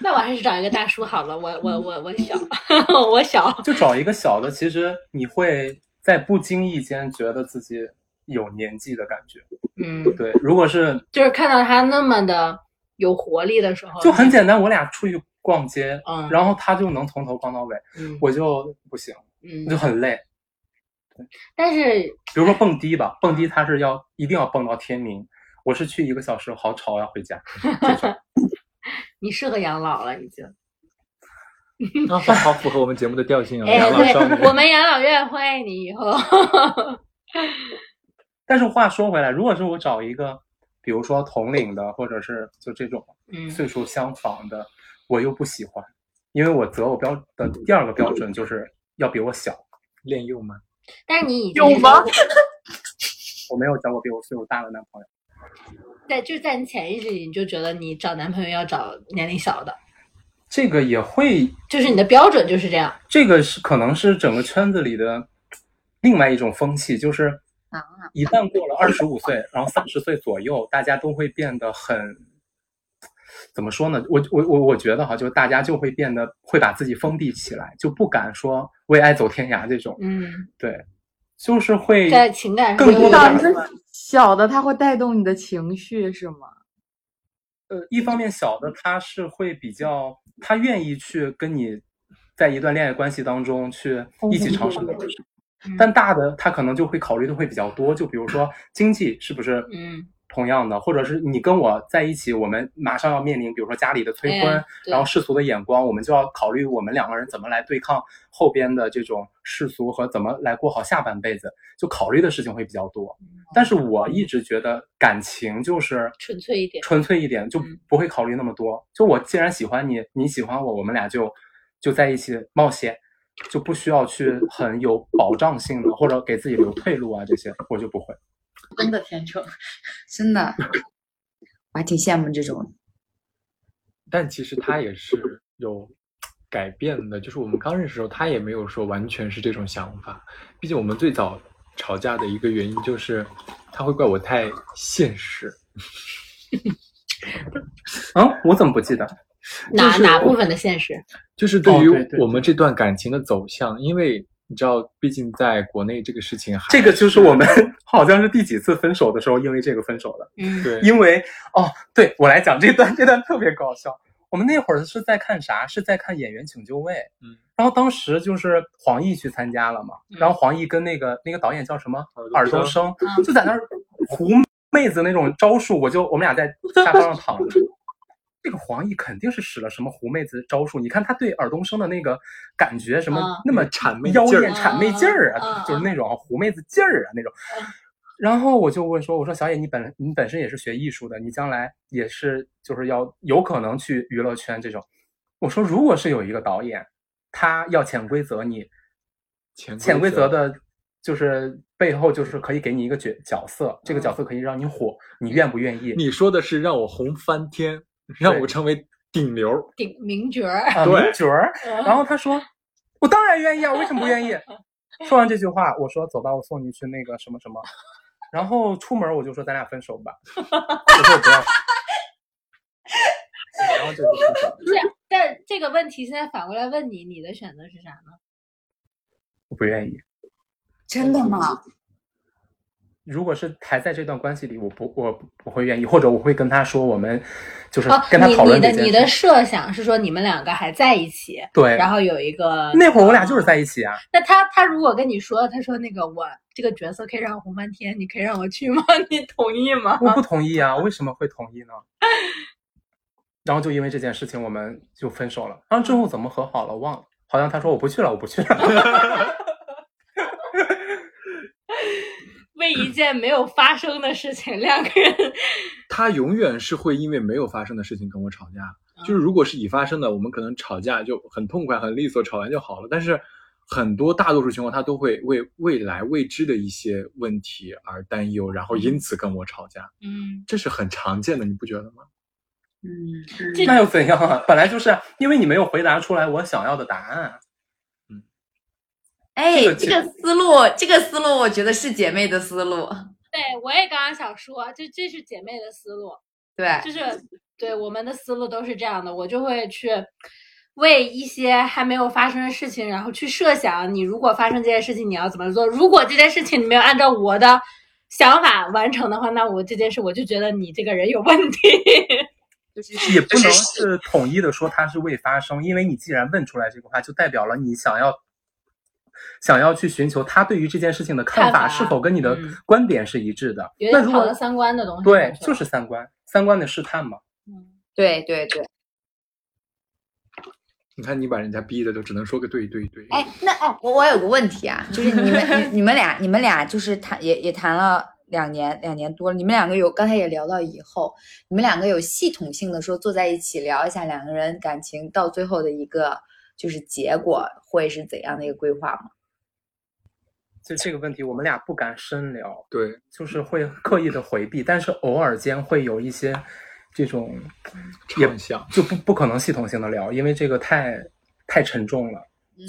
那我还是找一个大叔好了，我我我我小， 我小。就找一个小的，其实你会在不经意间觉得自己有年纪的感觉。嗯，对，如果是就是看到他那么的有活力的时候，就很简单，我俩出去逛街，哦嗯然后他就能从头逛到尾，嗯我就不行，就嗯，很累。但是比如说蹦迪吧，蹦迪他是要一定要蹦到天明，我是去一个小时，好吵，我要回家。这种你适合养老了已经。啊，好好符合我们节目的调性啊！哎，养老少对，我女，们养老院欢迎你以 后。但是话说回来，如果是我找一个，比如说同龄的，或者是就这种嗯岁数相仿的，我又不喜欢，因为我择偶标的第二个标准就是要比我小。恋幼吗？但是你已经有吗？我没有找过比我岁数大的男朋友，在就是在你潜意识里，你就觉得你找男朋友要找年龄小的，这个也会，就是你的标准就是这样。这个是可能是整个圈子里的另外一种风气，就是一旦过了二十五岁，然后三十岁左右，大家都会变得很。怎么说呢？我我我我觉得哈，就大家就会变得会把自己封闭起来，就不敢说为爱走天涯这种。嗯，对，就是会在情感上更多有的点感儿受小的它会带动你的情绪是吗？呃，一方面小嗯的他是会比较，他愿意去跟你在一段恋爱关系当中去一起尝试各种事情嗯但大的他可能就会考虑的会比较多，就比如说经济是不是嗯同样的，或者是你跟我在一起，我们马上要面临，比如说家里的催婚，哎对然后世俗的眼光，我们就要考虑我们两个人怎么来对抗后边的这种世俗和怎么来过好下半辈子，就考虑的事情会比较多。但是我一直觉得感情就是嗯哦纯粹一点纯粹一点，就嗯不会考虑那么多。就我既然喜欢你，你喜欢我，我们俩就就在一起冒险。就不需要去很有保障性的，或者给自己留退路啊，这些我就不会。真的天秤，哎真 的，我还挺羡慕这种。但其实他也是有改变的，就是我们刚认识的时候，他也没有说完全是这种想法。毕竟我们最早吵架的一个原因就是他会怪我太现实，嗯，我怎么不记得？哪就是哪部分的现实？就是对于哦对对我们这段感情的走向，因为你知道，毕竟在国内这个事情还这个就是我们 好像是第几次分手的时候，因为这个分手的。嗯，对因为哦，对我来讲这段这段特别搞笑。我们那会儿是在看啥？是在看《演员请就位》。嗯，然后当时就是黄奕去参加了嘛，然后黄奕跟那个那个导演叫什么尔尔冬冬升，就在那儿胡妹子那种招数，我就我们俩在沙发上躺着。这个黄奕肯定是使了什么狐妹子招数，你看他对尔冬升的那个感觉，什么嗯那么谄媚妖劲儿艳谄媚劲儿嗯啊嗯，就是那种狐妹子劲儿啊那种。 然后我就问说：“我说小野，你本你本身也是学艺术的，你将来也是就是要有可能去娱乐圈这种。”我说：“如果是有一个导演，他要潜规则你，潜潜规则的，就是背后就是可以给你一个角角色，这个嗯角色可以让你火，你愿不愿意？你说的是让我红翻天，让我成为顶流，顶名角儿。啊，对名角儿。”嗯然后他说：“我当然愿意啊，为什么不 愿意？”说完这句话，我说：“走吧，我送你去那个什么什么。”然后出门我就说：“咱俩分手吧。”我说：“我不要。”然后这就分手了，这但这个问题现在反过来问你，你的选择是啥呢？我不愿意。 真的吗？如果是还在这段关系里，我不，我不我会愿意，或者我会跟他说，我们就是哦，跟他讨你论你的这件你事。的设想是说你们两个还在一起，对，然后哦有一个呃那会儿我俩就是在一起啊。那他他如果跟你说，他说那个我这个角色可以让我红翻天，你可以让我去吗？ 你同意 吗？我不同意啊，为什么会同意呢？然后就因为这件事情，我们就分手了。然后之后怎么和好了忘了，好像他说我不去了，我不去了。 为一件没有发生的事情，两个人 他永远是会因为没有发生的事情跟我吵架。就是如果是已发生的，我们可能吵架就很痛快、很利索，吵完就好了。但是很多大多数情况，他都会为未来未知的一些问题而担忧，然后因此跟我吵架，嗯，这是很常见的，你不觉得吗？嗯，这那又怎样啊？本来就是因为你没有回答出来我想要的答案。哎这，个这其个思路，这个思路，我觉得是姐妹的思路。对我也刚刚想说，这这是姐妹的思路，对， 就是对我们的思路都是这样的，我就会去为一些还没有发生的事情，然后去设想你如果发生这件事情你要怎么做。如果这件事情你没有按照我的想法完成的话，那我这件事我就觉得你这个人有问题。也不能是统一的说它是未发生，因为你既然问出来这个话，就代表了你想要想要去寻求他对于这件事情的看看法法是否跟你的嗯观点是一致的。有那点如跑了果三观的东西。对，吧就是三观，三观的试探嘛。对对对。你看，你把人家逼的，就只能说个对对对。哎，那哎，我我有个问题啊，就是你们 你你们俩你们俩就是谈也也谈了两年两年多了，你们两个有刚才也聊到以后，你们两个有系统性的说坐在一起聊一下两个人感情到最后的一个就是结果会是怎样的一个规划吗？就这个问题，我们俩不敢深聊，对，就是会刻意的回避，但是偶尔间会有一些这种也畅想。就不不可能系统性的聊，因为这个太太沉重了。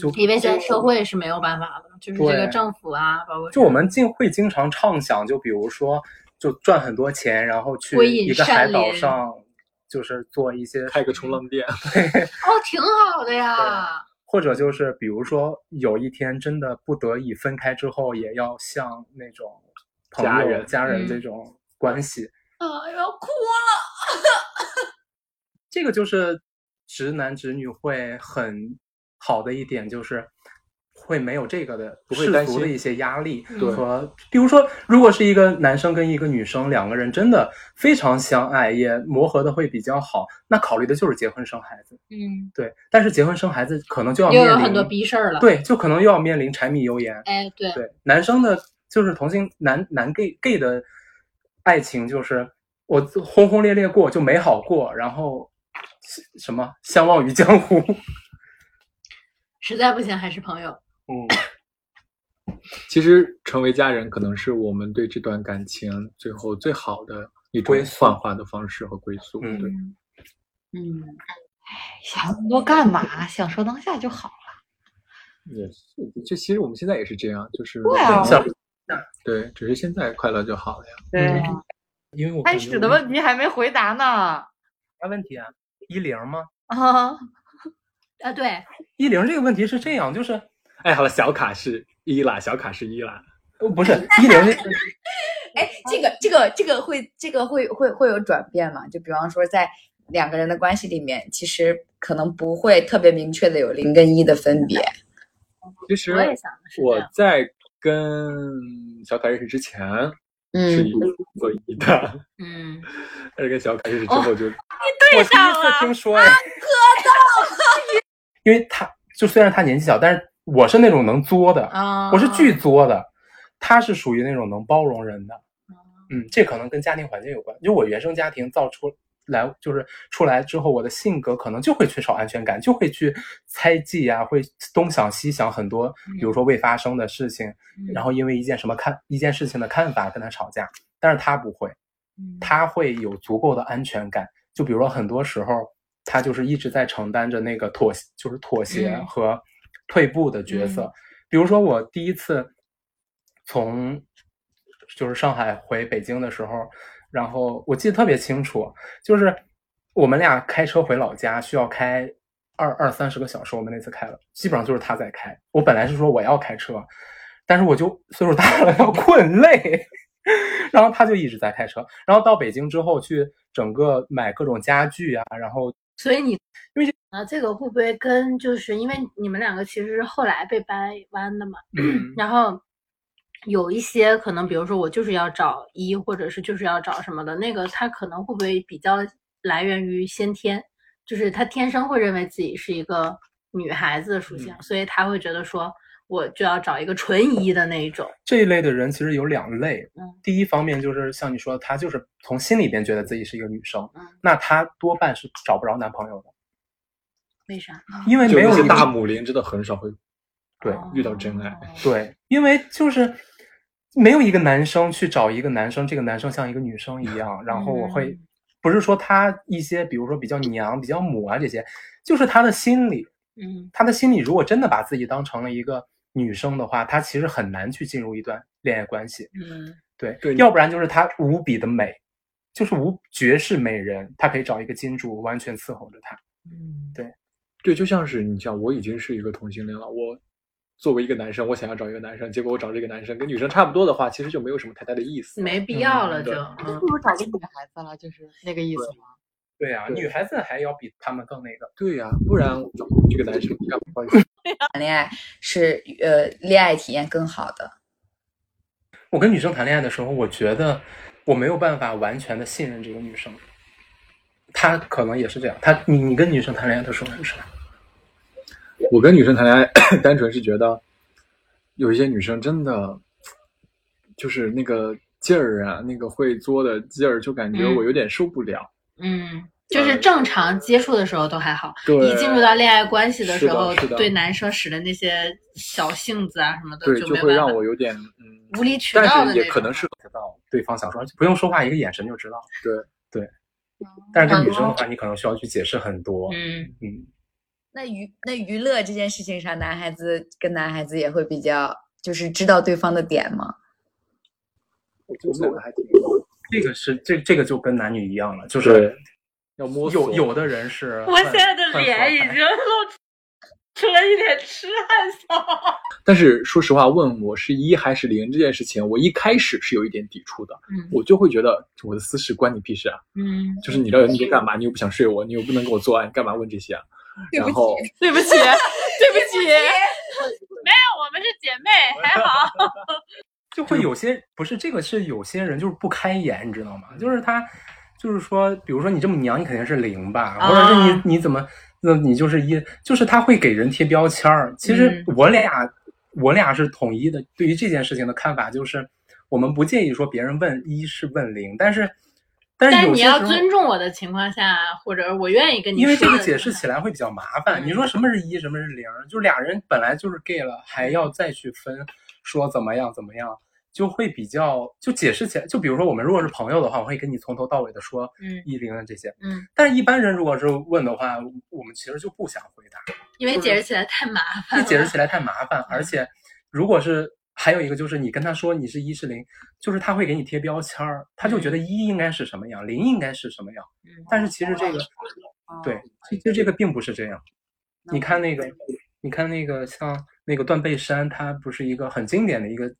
就因为在社会是没有办法的，就是这个对政府啊，包括就我们经会经常畅想，就比如说，就赚很多钱，然后去归隐一个海山岛林上，就是做一些，开个冲浪店，哦，挺好的呀。或者就是比如说，有一天真的不得已分开之后，也要像那种朋友、家家人嗯人这种关系，啊，要哭。 这个就是直男直女会很好的一点，就是会没有这个的不会世担俗的心一些压力嗯和，比如说，如果是一个男生跟一个女生两个人真的非常相爱，也磨合的会比较好，那考虑的就是结婚生孩子，嗯，对。但是结婚生孩子可能就要又面有临很多逼事儿了。，对，就可能又要面临柴米油盐，哎，对，对，男生的就是同性男男 gay gay 的爱情，就是我轰轰烈烈过就美好过，然后什么相忘于江湖。实在不行还是朋友。嗯，其实成为家人，可能是我们对这段感情最后最好的一种归宿幻化的方式和归宿。嗯对，嗯，想那么多干嘛？享受当下就好了。也是。就其实我们现在也是这样，就是对啊 像对，只是现在快乐就好了呀。对，啊因为我嗯开感觉始的我问题还没回答呢。啥问题啊？一零吗？啊，啊，对，一零这个问题是这样，就是哎，好了，小卡是一啦，小卡是一啦。呃不是一零是哎，这个这个这个会这个会会会有转变吗？就比方说在两个人的关系里面，其实可能不会特别明确的有零跟一的分别。其实我也想的是这我样。在跟小卡认识之前是嗯一，做一的，嗯，但是跟小卡认识之后就 我第一次听说哎，因为他就虽然他年纪小，但是我是那种能作的，啊，我是巨作的，他是属于那种能包容人的。嗯，这可能跟家庭环境有关。就我原生家庭造出来，就是出来之后，我的性格可能就会缺少安全感，就会去猜忌啊，会东想西想很多，比如说未发生的事情，嗯然后因为一件什么看一件事情的看法跟他吵架，但是他不会，嗯，他会有足够的安全感。就比如说很多时候，他就是一直在承担着那个妥协，就是妥协嗯和退步的角色。比如说我第一次从就是上海回北京的时候，然后我记得特别清楚，就是我们俩开车回老家需要开。二二三十个小时，我们那次开了，基本上就是他在开。我本来是说我要开车，但是我就岁数大了，要 困累，然后他就一直在开车。然后到北京之后，去整个买各种家具啊，然后所以你啊，这个会不会跟就是因为你们两个其实是后来被掰弯的嘛？嗯然后有一些可能，比如说我就是要找一，或者是就是要找什么的，那个他可能会不会比较来源于先天，就是他天生会认为自己是一个女孩子的属嗯性，所以他会觉得说我就要找一个纯一的那一种。这一类的人其实有两类嗯。第一方面就是像你说的，她就是从心里边觉得自己是一个女生嗯，那她多半是找不着男朋友的，为啥？因为就没有那一些个大母林真的很少会对哦遇到真爱。对，因为就是没有一个男生去找一个男生，这个男生像一个女生一样，然后我会嗯不是说他一些，比如说比较娘、比较母啊这些，就是他的心理，嗯他的心里如果真的把自己当成了一个女生的话，他其实很难去进入一段恋爱关系。嗯对，对要不然就是她无比的美，就是无绝世美人，她可以找一个金主完全伺候着她。嗯对，就像是你像我已经是一个同性恋了，我作为一个男生，我想要找一个男生，结果我找这个男生跟女生差不多的话，其实就没有什么太大的意思。没必要了嗯就，对嗯不如找个女孩子了，就是那个意思吗？对啊，对女孩子还要比他们更那个。对呀、不然我找这个男生干嘛？谈恋爱是呃恋爱体验更好的。我跟女生谈恋爱的时候，我觉得我没有办法完全的信任这个女生，她可能也是这样。她你你跟女生谈恋爱的时候是啥？我跟女生谈恋爱， 单纯是觉得有一些女生真的就是那个劲儿啊，那个会作的劲儿，就感觉嗯我有点受不了。嗯，就是正常接触的时候都还好，对，一进入到恋爱关系的时候是的是，的对男生使的那些小性子啊什么的，对，没就有会办让法我有点嗯无理取闹但的是也那可种能是知道对方想说，不用说话，一个眼神就知道。对对，嗯但是跟女生的话，你可能需要去解释很多。嗯，嗯，那娱那娱乐这件事情上，男孩子跟男孩子也会比较就是知道对方的点吗？我们两个还挺这个是这这个就跟男女一样了，就是对，要摸索有有的人是 我很现在的很脸已和经露出了一脸痴汉笑。但是说实话，问我是一还是零这件事情，我一开始是有一点抵触的，嗯我就会觉得我的私事关你屁事啊！嗯，就是你了解那边干嘛，你又不想睡我，你又不能跟我 做爱，你干嘛问这些啊？然后对不起，对不起，没有，我还好。就会有些不是这个是有些人就是不开眼，你知道吗？就是他就是说，比如说你这么娘，你肯定是零吧，啊或者是你你怎么那你就是一，就是他会给人贴标签儿。其实嗯我俩、我俩是统一的，对于这件事情的看法就是，我们不介意说别人问一是问零，但是但是但是有你些时要候。尊重我的情况下，或者我愿意跟你因说的，嗯为这个解释起来会比较麻烦。你说什么是一，什么是零，就俩人本来就是 gay 了，还要再去分，说怎么样怎么样，就会比较就解释起来。就比如说我们如果是朋友的话，我会跟你从头到尾的说嗯一零啊这些。嗯，但是一般人如果是问的话，我们其实就不想回答， 因为解释起来太麻烦了。这解释起来太麻烦，而且如果是。还有一个就是你跟他说你是一是零，就是他会给你贴标签儿，他就觉嗯得一应该是什么样，零应该是什么样。但是其实这个哦对，其实这个并不是这样。你看那个，你看那个，像那个《断背山》，它不是一个很经典的一个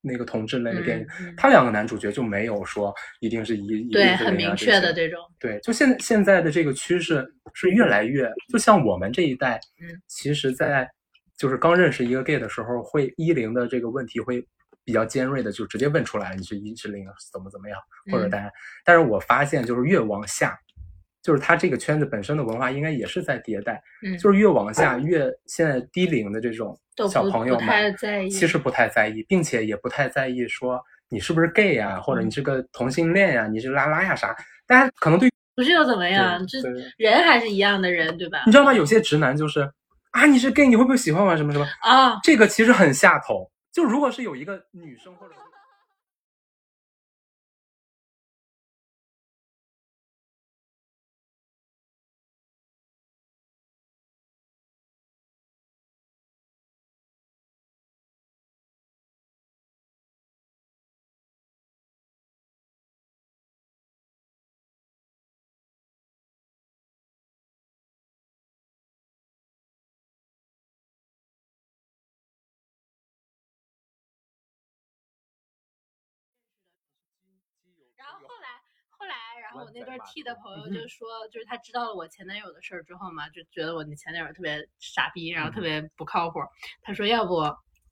那个同志类的电影，嗯嗯它两个男主角就没有说一定是一，一对，定是很零啊明这确些的这种，对，就现现在的这个趋势是越来越，就像我们这一代，嗯，其实在就是刚认识一个 gay 的时候，会一零的这个问题会比较尖锐的，就直接问出来你是一是零，怎么怎么样，或者嗯大家，但是我发现就是越往下，就是他这个圈子本身的文化应该也是在迭代，嗯就是越往下越现在低龄的这种都小不朋友不们，太在意。其实不太在意，并且也不太在意说你是不是 gay 呀、或嗯者你是个同性恋呀、你是拉拉呀啥。大家可能对不是又怎么对样？这对人还是一样的人，对吧你？知道吗？有些直男就是啊，你是 gay，你会不会喜欢我啊什么什么？啊，这个其实很下头。就如果是有一个女生或者。哎然后后来，后来，然后我那对万载码 T 的朋友嗯就说，就是他知道了我前男友的事儿之后嘛，就觉得我的前男友特别傻逼，然后嗯特别不靠谱。他说，要不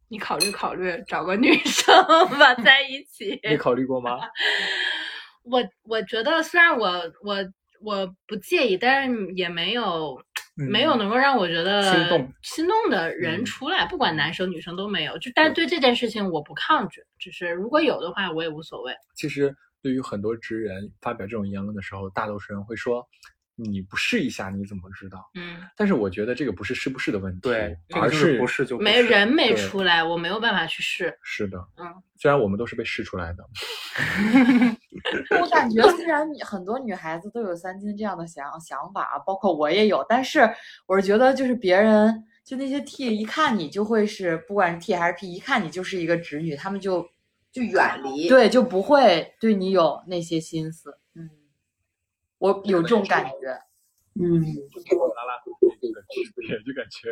你考虑考虑，找个女生 吧，在一起。你考虑过吗？ 我我觉得虽然我我我不介意，但是也没有没有嗯能够让我觉得心动心动的人嗯出来，不管男生女生都没有。就但对这件事情我不抗拒，只是如果有的话我也无所谓。其实对于很多直人发表这种言论的时候，大多数人会说：“你不试一下你怎么知道嗯，？”但是我觉得这个不是是不是的问题，对，这个而就是是不是就不没是人没对出来，我没有办法去试。是的。嗯，虽然我们都是被试出来的，我感觉虽然你很多女孩子都有三金这样的想想法啊，包括我也有，但是我是觉得就是别人就那些 T 一看你就会是，不管是 T 还是 P，一看你就是一个直女，他们就就远离。，对就不会对你有那些心思。嗯，我有这种感觉。嗯，拉拉这个也就感觉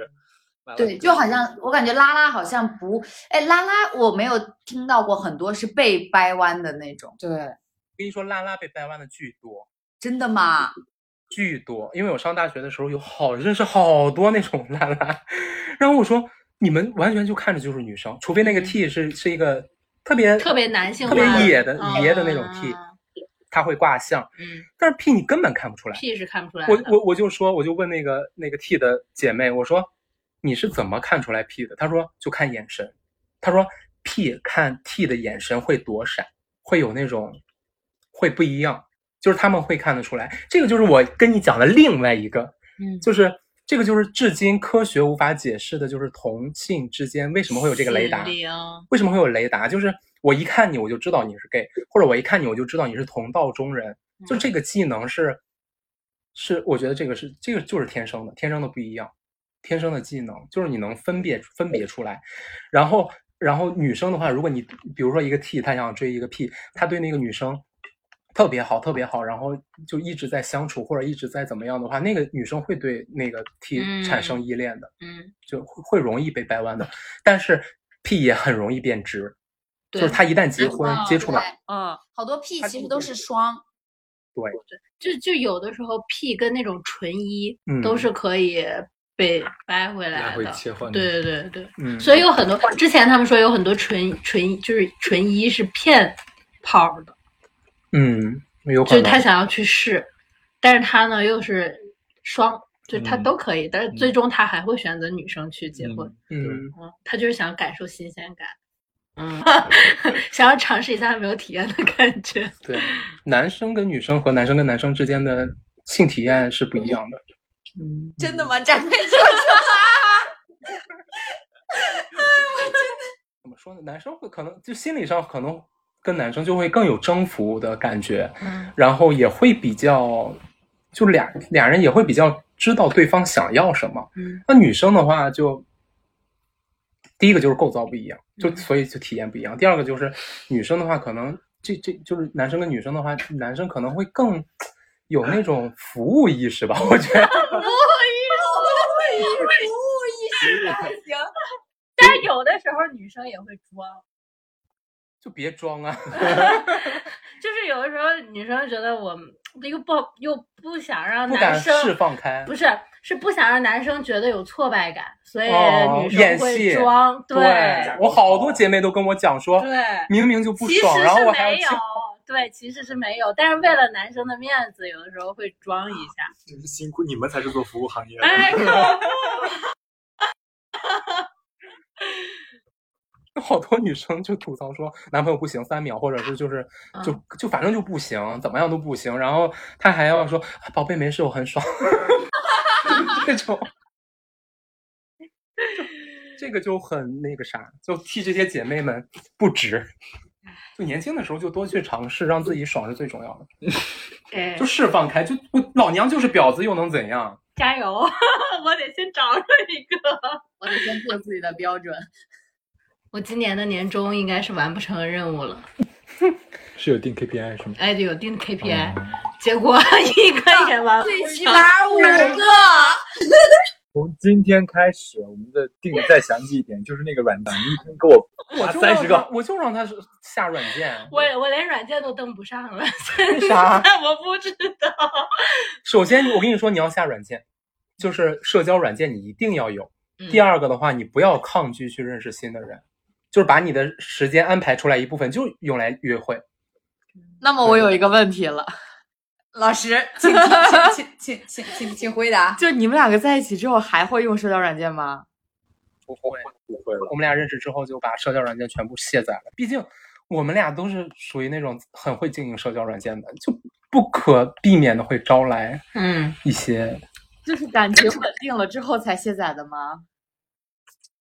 拉拉对，就好像我感觉拉拉好像不，哎，拉拉我没有听到过很多是被掰弯的那种，对，跟你说，拉拉被掰弯的巨多真的吗？巨多。因为我上大学的时候有好认识好多那种拉拉，然后我说你们完全就看着就是女生，除非那个 T 是是一个特别嗯特别男性特别化野的嗯爷的那种 T，他会挂相，嗯但是 P 你根本看不出来。 ，P 是看不出来的。我我我就说，我就问那个那个 T 的姐妹，我说你是怎么看出来 P 的？她说就看眼神，她说 P 看 T 的眼神会躲闪，会有那种会不一样，就是他们会看得出来。这个就是我跟你讲的另外一个，嗯就是这个就是至今科学无法解释的，就是同性之间为什么会有这个雷达？心灵为什么会有雷达？就是我一看你我就知道你是 gay，或者我一看你我就知道你是同道中人。就这个技能是，是我觉得这个是这个就是天生的，天生的不一样，天生的技能就是你能分别分别出来。然后然后女生的话，如果你比如说一个 T，她想追一个 P，她对那个女生。特别好，特别好，然后就一直在相处或者一直在怎么样的话，那个女生会对那个 T 产生依恋的。嗯，就会会容易被掰弯的。但是 P 也很容易变直，就对是他一旦结婚哦接触到，对嗯，好多 P 它其就实都是是双，就就有的时候 P 跟那种纯一嗯都是可以被掰回来来回的。切换的，对对对对，嗯，所以有很多之前他们说有很多纯纯就是纯一是骗泡儿的，嗯，有就可是他能。想要去试，但是他呢又是双，就是他嗯都可以，但是最终他还会选择女生去结婚。嗯，嗯他就是想感受新鲜感，嗯， 想要尝试一下没有体验的感觉。对，男生跟女生和男生跟男生之间的性体验是不一样的。嗯真的吗？展开说说。怎么说呢？男生会可能就心理上可能跟男生就会更有征服的感觉，嗯然后也会比较，就俩俩人也会比较知道对方想要什么。嗯那女生的话就，第一个就是构造不一样，嗯就所以就体验不一样。第二个就是女生的话，可能这这就是男生跟女生的话，男生可能会更有那种服务意识吧，我觉得。 但是有的时候女生也会装，就别装啊，就是有的时候女生觉得我又不又不想让不敢男释生，放开不。是是不想让男生觉得有挫败感，所以哦女演生会戏装，对我好多姐妹都跟我讲说，对明明就不其实爽，然后我是还没要有去。，对，其实是没有，但是为了男生的面子，有的时候会装一 下。真是辛苦你们才是做服务行业的。哎， 好多女生就吐槽说男朋友不行三秒，或者是就是就就反正就不行，怎么样都不行。然后他还要说啊宝贝没事，我很爽，这种。就这个就很那个啥，就替这些姐妹们不值。就年轻的时候就多去尝试，让自己爽是最重要的。哎就释放开，就我老娘就是婊子又能怎样？加油！ 我得先找着一个。我得先做自己的标准。我今年的年终应该是完不成任务了，是有定 KPI 是吗？嗯哎，有定 KPI，、结 嗯果一个也完不最起成码五个，从今天开始，我们的定的再详细一点，就是那个软件，你一天给我我发就三让他十个，，我就让他下软件。我我连软件都登不上了，为啥？我不知道。首先，我跟你说，你要下软件，就是社交软件，你一定要有。第二个的话，你不要抗拒去认识新的人，就是把你的时间安排出来一部分，就用来约会。那么我有一个问题了，老师，请 请请请请请请回答。就你们两个在一起之后还会用社交软件吗？不会，不会了。我们俩认识之后就把社交软件全部卸载了。毕竟我们俩都是属于那种很会经营社交软件的，就不可避免的会招来 嗯，一些。就是感情稳定了之后才卸载的吗？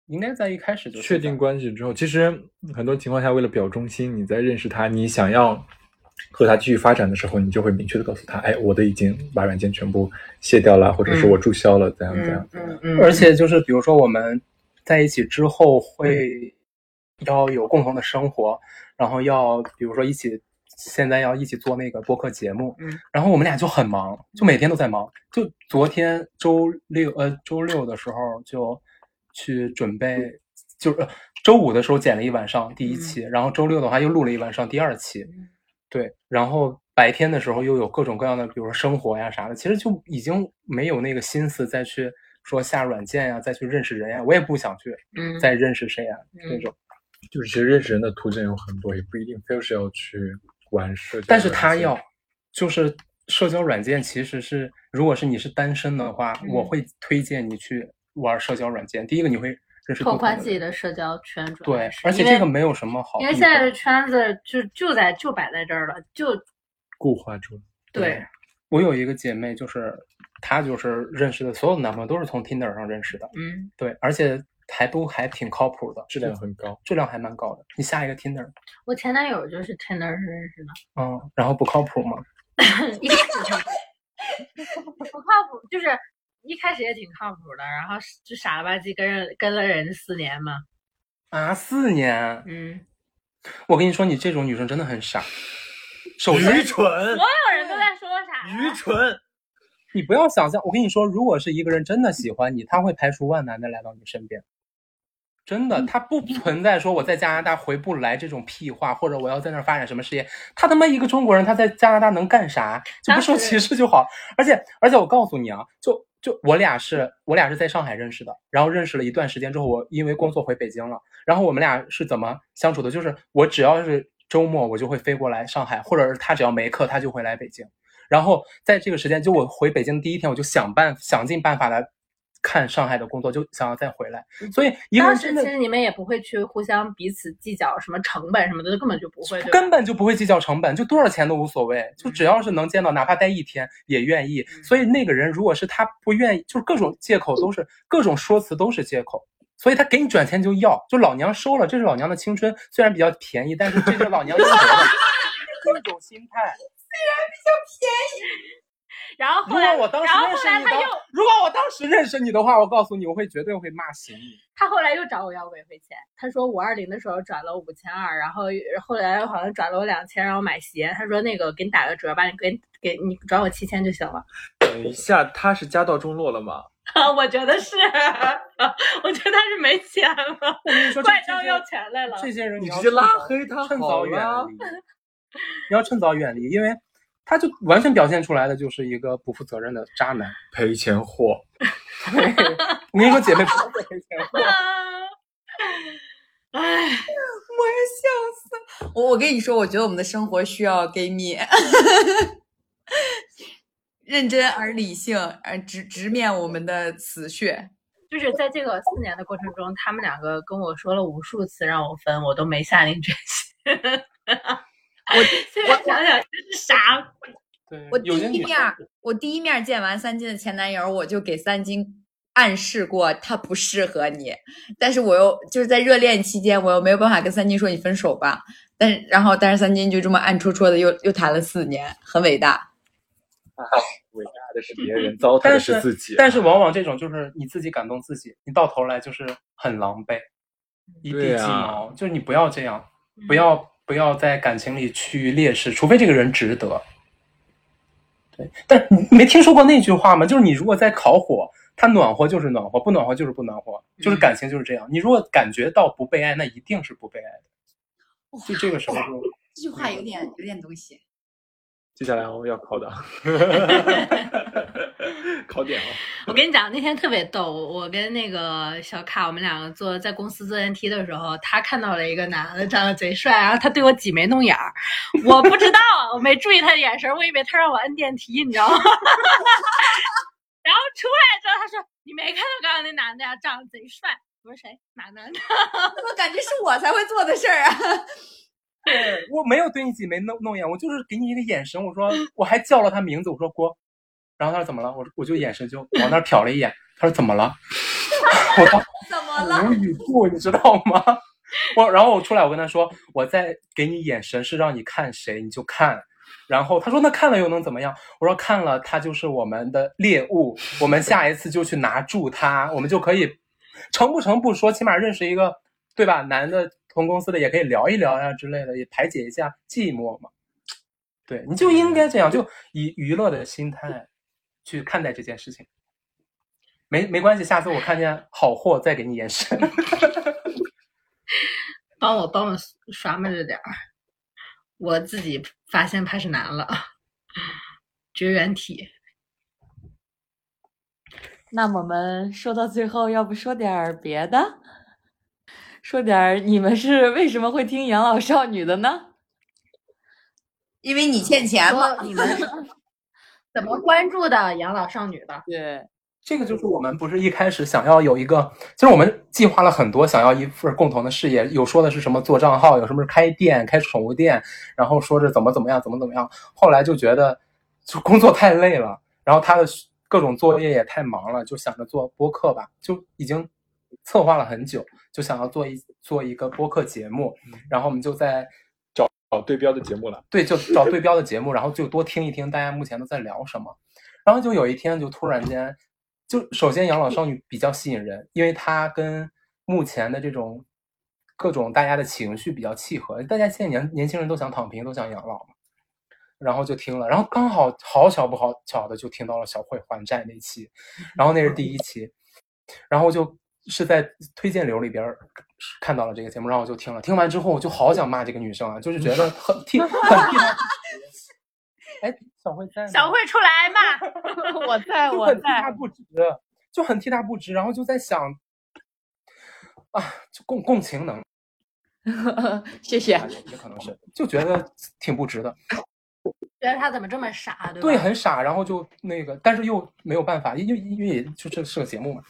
应该在一开始就确定关系之后，其实很多情况下，为了表忠心，你在认识他，你想要和他继续发展的时候，你就会明确的告诉他，哎，我的已经把软件全部卸掉了，或者嗯是我注销了，怎样怎样。嗯而且就是比如说我们在一起之后嗯会要有共同的生活，然后要比如说一起现在要一起做那个播客节目，嗯，然后我们俩就很忙，就每天都在忙。就昨天周六呃周六的时候就去准备，嗯就是呃周五的时候剪了一晚上第一期，然后周六的话又录了一晚上第二期，嗯对，然后白天的时候又有各种各样的，比如说生活呀啥的，其实就已经没有那个心思再去说下软件呀，再去认识人呀，我也不想去嗯再认识谁呀、那种。就是其实认识人的途径有很多，也不一定非是要去玩社交。但是他要，就是社交软件其实是，如果是你是单身的话，嗯我会推荐你去玩社交软件。第一个你会认拓识不同的宽人自己的社交圈，主要对是，而且因为这个没有什么好避讳，因为现在的圈子就就在就摆在这儿了，就固化住。对，我有一个姐妹，就是她就是认识的所有的男朋友都是从 Tinder 上认识的，嗯，对，而且还都还挺靠谱的，质量很高。质量还蛮高的。你下一个 Tinder，我前男友就是 Tinder 认识的，嗯，然后不靠谱吗？ 一开始不靠谱，就是一开始也挺靠谱的，然后就傻了吧唧跟人跟了人四年嘛，啊，四年！嗯，我跟你说，你这种女生真的很傻。首先，蠢，所有人都在说啥呀？蠢。你不要想象，我跟你说，如果是一个人真的喜欢你，他会排除万难的来到你身边。真嗯的，他不存在说我在加拿大回不来这种屁话，或者我要在那儿发展什么事业。他他妈一个中国人，他在加拿大能干啥？就不受当时歧视就好。而且而且，我告诉你啊，就就我俩是我俩是在上海认识的，然后认识了一段时间之后，我因为工作回北京了，然后我们俩是怎么相处的？就是我只要是周末，我就会飞过来上海，或者是他只要没课，他就会来北京。然后在这个时间，就我回北京第一天，我就想办想尽办法来看上海的工作，就想要再回来。所以一个嗯当人时真其的实你们也不会去互相彼此计较什么成本什么的，根本就不会，对吧根本就不会计较成本，就多少钱都无所谓，就只要是能见到，哪怕待一天也愿意。嗯所以那个人如果是他不愿意，就是各种借口都是各种说辞都是借口，所以他给你转钱就要，就老娘收了，这是老娘的青春，虽然比较便宜，但是这就是老娘应得 的这种心态。然后如后来，果我当时然后认后识来你他的又，如果我当时认识你的话，我告诉你，我会绝对会骂醒你。他后来又找我要尾回钱，他说五二零的时候转了五千二，然后后来好像转了我两千，让我买鞋，他说那个给你打个折吧，你给给你转我七千就行了。 等一下，他是家道中落了吗？ 我觉得是，我觉得他是没钱了，我跟你说，这怪这到些要钱来了。 这些人你要直接趁早拉黑他趁好早远了离，你要趁早远离，因为他就完全表现出来的就是一个不负责任的渣男。赔钱货。我跟你说，姐妹不要再赔 钱了哎， 我我跟你说，我觉得我们的生活需要 gay 蜜， 认真而理性，而直直面我们的死穴。就是在这个四年的过程中，他们两个跟我说了无数次让我分，我都没下定决心。 我现在想想真是傻。对我第有些一女面生啊儿，我第一面儿见完三金的前男友，我就给三金暗示过他不适合你，但是我又就是在热恋期间，我又没有办法跟三金说你分手吧。但是然后，但是三金就这么暗戳戳的又又谈了四年，很伟大。伟大的是 别人，糟蹋的但是是自己。但是往往这种就是你自己感动自己，你到头来就是很狼狈，一地对鸡啊毛。就是你不要这样，嗯不要不要在感情里趋于劣势，除非这个人值得。对，但你没听说过那句话吗？就是你如果在烤火，它暖和就是暖和，不暖和就是不暖和，嗯就是感情就是这样。你如果感觉到不被爱，那一定是不被爱的。就这个时候就这句话有点有点东西。接下来我们 要考的，考点哦。 我跟你讲，那天特别逗，我跟那个小卡，我们两个坐在公司坐电梯的时候，他看到了一个男的长得贼帅，然后他对我挤眉弄眼儿，我不知道，我没注意他的眼神，我以为他让我摁电梯，你知道吗？ 然后出来之后，他说：“你没看到刚刚那男的呀，长得贼帅。”我说：“谁？哪男的？” 怎么 感觉是我才会做的事儿啊？我没有对你挤眉弄弄眼，我就是给你一个眼神，我说我还叫了他名字，我说郭，然后他说怎么了？我我就眼神就往那儿瞟了一眼，他说怎么了？我当时怎么了？无语住，你知道吗？ 我然后我出来，我跟他说，我在给你眼神是让你看谁你就看，然后他说那看了又能怎么样？我说看了他就是我们的猎物，我们下一次就去拿住他，我们就可以成不成不说，起码认识一个对吧？男的同公司的也可以聊一聊呀、啊之类的，也排解一下寂寞嘛。对，你就应该这样，就以娱乐的心态去看待这件事情。没没关系，下次我看见好货再给你眼神。帮我帮我刷摸着点儿，我自己发现怕是难了，绝缘体。那我们说到最后，要不说点儿别的？说点儿你们是为什么会听养老少女的呢？因为你欠钱嘛。你 们怎么关注的养老少女的？对，这个就是我们不是一开始想要有一个，其实我们计划了很多，想要一份共同的事业，有说的是什么做账号，有什么是开店、开宠物店，然后说是怎么怎么样，怎么怎么样。后来就觉得就工作太累了，然后他的各种作业也太忙了，就想着做播客吧，就已经策划了很久，就想要做一做一个播客节目，然后我们就在好，哦对标的节目了。对，就找对标的节目，然后就多听一听大家目前都在聊什么。然后就有一天，就突然间，就首先养老少女比较吸引人，因为它跟目前的这种各种大家的情绪比较契合。大家现在年年轻人都想躺平，都想养老嘛。然后就听了，然后刚好好巧不好巧的就听到了小慧还债那期，然后那是第一期，然后就是在推荐流里边儿看到了这个节目，然后我就听了，听完之后我就好想骂这个女生啊，就是觉得很替很替她，哎，小慧在吗？小慧出来嘛，我在就我很替在他，不值，就很替他不值，然后就在想，啊，就共共情能力 谢谢。 吧也可能是，就觉得挺不值的，觉得他怎么这么傻，对吧？对，很傻，然后就那个，但是又没有办法，因为因为也就这是个节目嘛，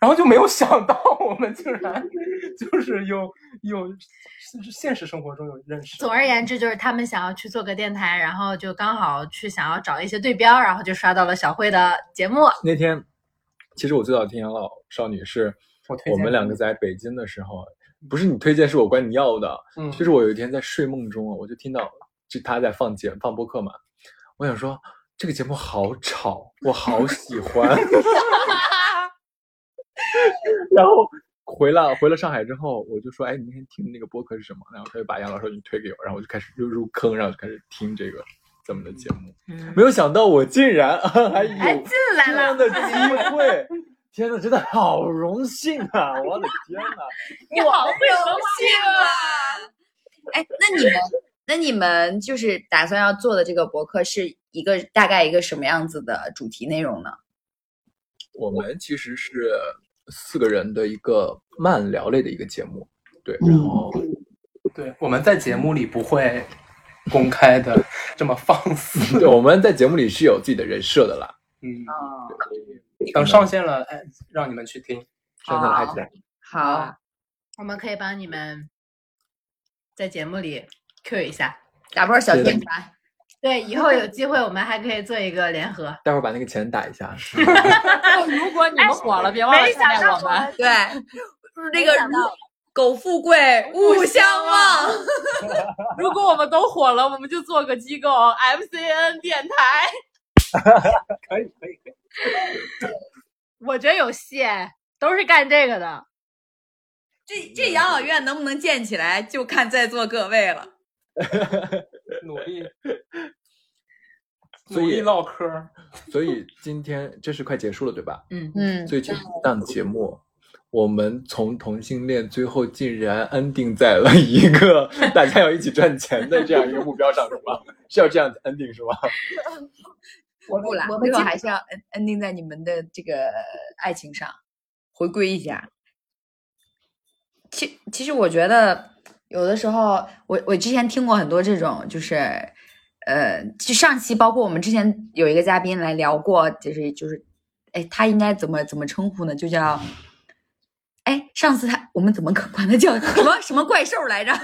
然后就没有想到我们竟然就是有有就是现实生活中有认识，总而言之，就是他们想要去做个电台，然后就刚好去想要找一些对标，然后就刷到了小慧的节目。那天，其实我最早听养老少女是我推荐我们两个在北京的时候，不是你推荐，是我管你要的。嗯，就是我有一天在睡梦中啊，我就听到就他在放节放播客嘛，我想说这个节目好吵，我好喜 欢。然后回了回了上海之后，我就说，哎，你那天听那个播客是什么？然后他就把杨老师你推给我，然后我就开始又入坑，然后就开始听这个咱们的节目。没有想到我竟然 还有嗯哎，进来这了，样的机会。天呐，真的好荣幸啊！我的天呐，你好 会荣幸啊！哎，那你们，那你们就是打算要做的这个博客是一个大概一个什么样子的主题内容呢？我们其实是四个人的一个慢聊类的一个节目，对，嗯然后对我们在节目里不会公开的这么放肆，对我们在节目里是有自己的人设的啦，嗯，啊，等上线了，哎，让你们去听，上头爱起来。好，我们可以帮你们在节目里 Q 一下。打波小电台，对，以后有机会我们还可以做一个联合。待会儿把那个钱打一下。 如果你们火了，别忘了 没想参加到我们。对，那个苟富贵，勿相忘。如果我们都火了，我们就做个机构 MCN 电台。 可以可以可以，我觉得有戏，都是干这个的。这这养老院能不能建起来，就看在座各位了。努力所努力以唠嗑儿，所以今天这是快结束了，对吧？嗯，嗯，所以这一档节目，我们从同性恋最后竟然 ending 在了一个大家要一起赚钱的这样一个目标上，是吧？是要这样 ending 是吧？不啦我，们最后基还是要嗯 end- ending 在你们的这个爱情上，回归一下。其其实我觉得有的时候，我我之前听过很多这种，就是呃，就上期包括我们之前有一个嘉宾来聊过，就是就是，哎，他应该怎么怎么称呼呢？就叫。哎，上次他我们怎么管他叫什么什么怪兽来着？呃，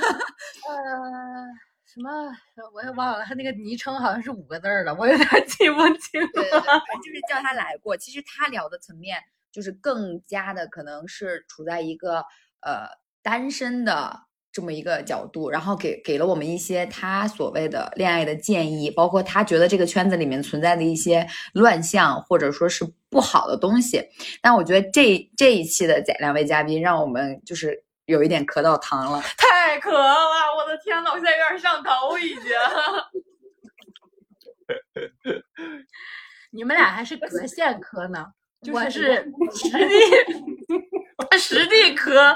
什么我也忘了，他那个昵称好像是五个字儿的，我有点记不清对对对，就是叫他来过。其实他聊的层面就是更加的可能是处在一个呃单身的这么一个角度，然后给给了我们一些他所谓的恋爱的建议，包括他觉得这个圈子里面存在的一些乱象或者说是不好的东西。但我觉得这这一期的两位嘉宾让我们就是有一点咳到糖了。太渴了，我的天呐，我现在有点上头已经。你们俩还是隔线磕呢，我是是实地实地磕。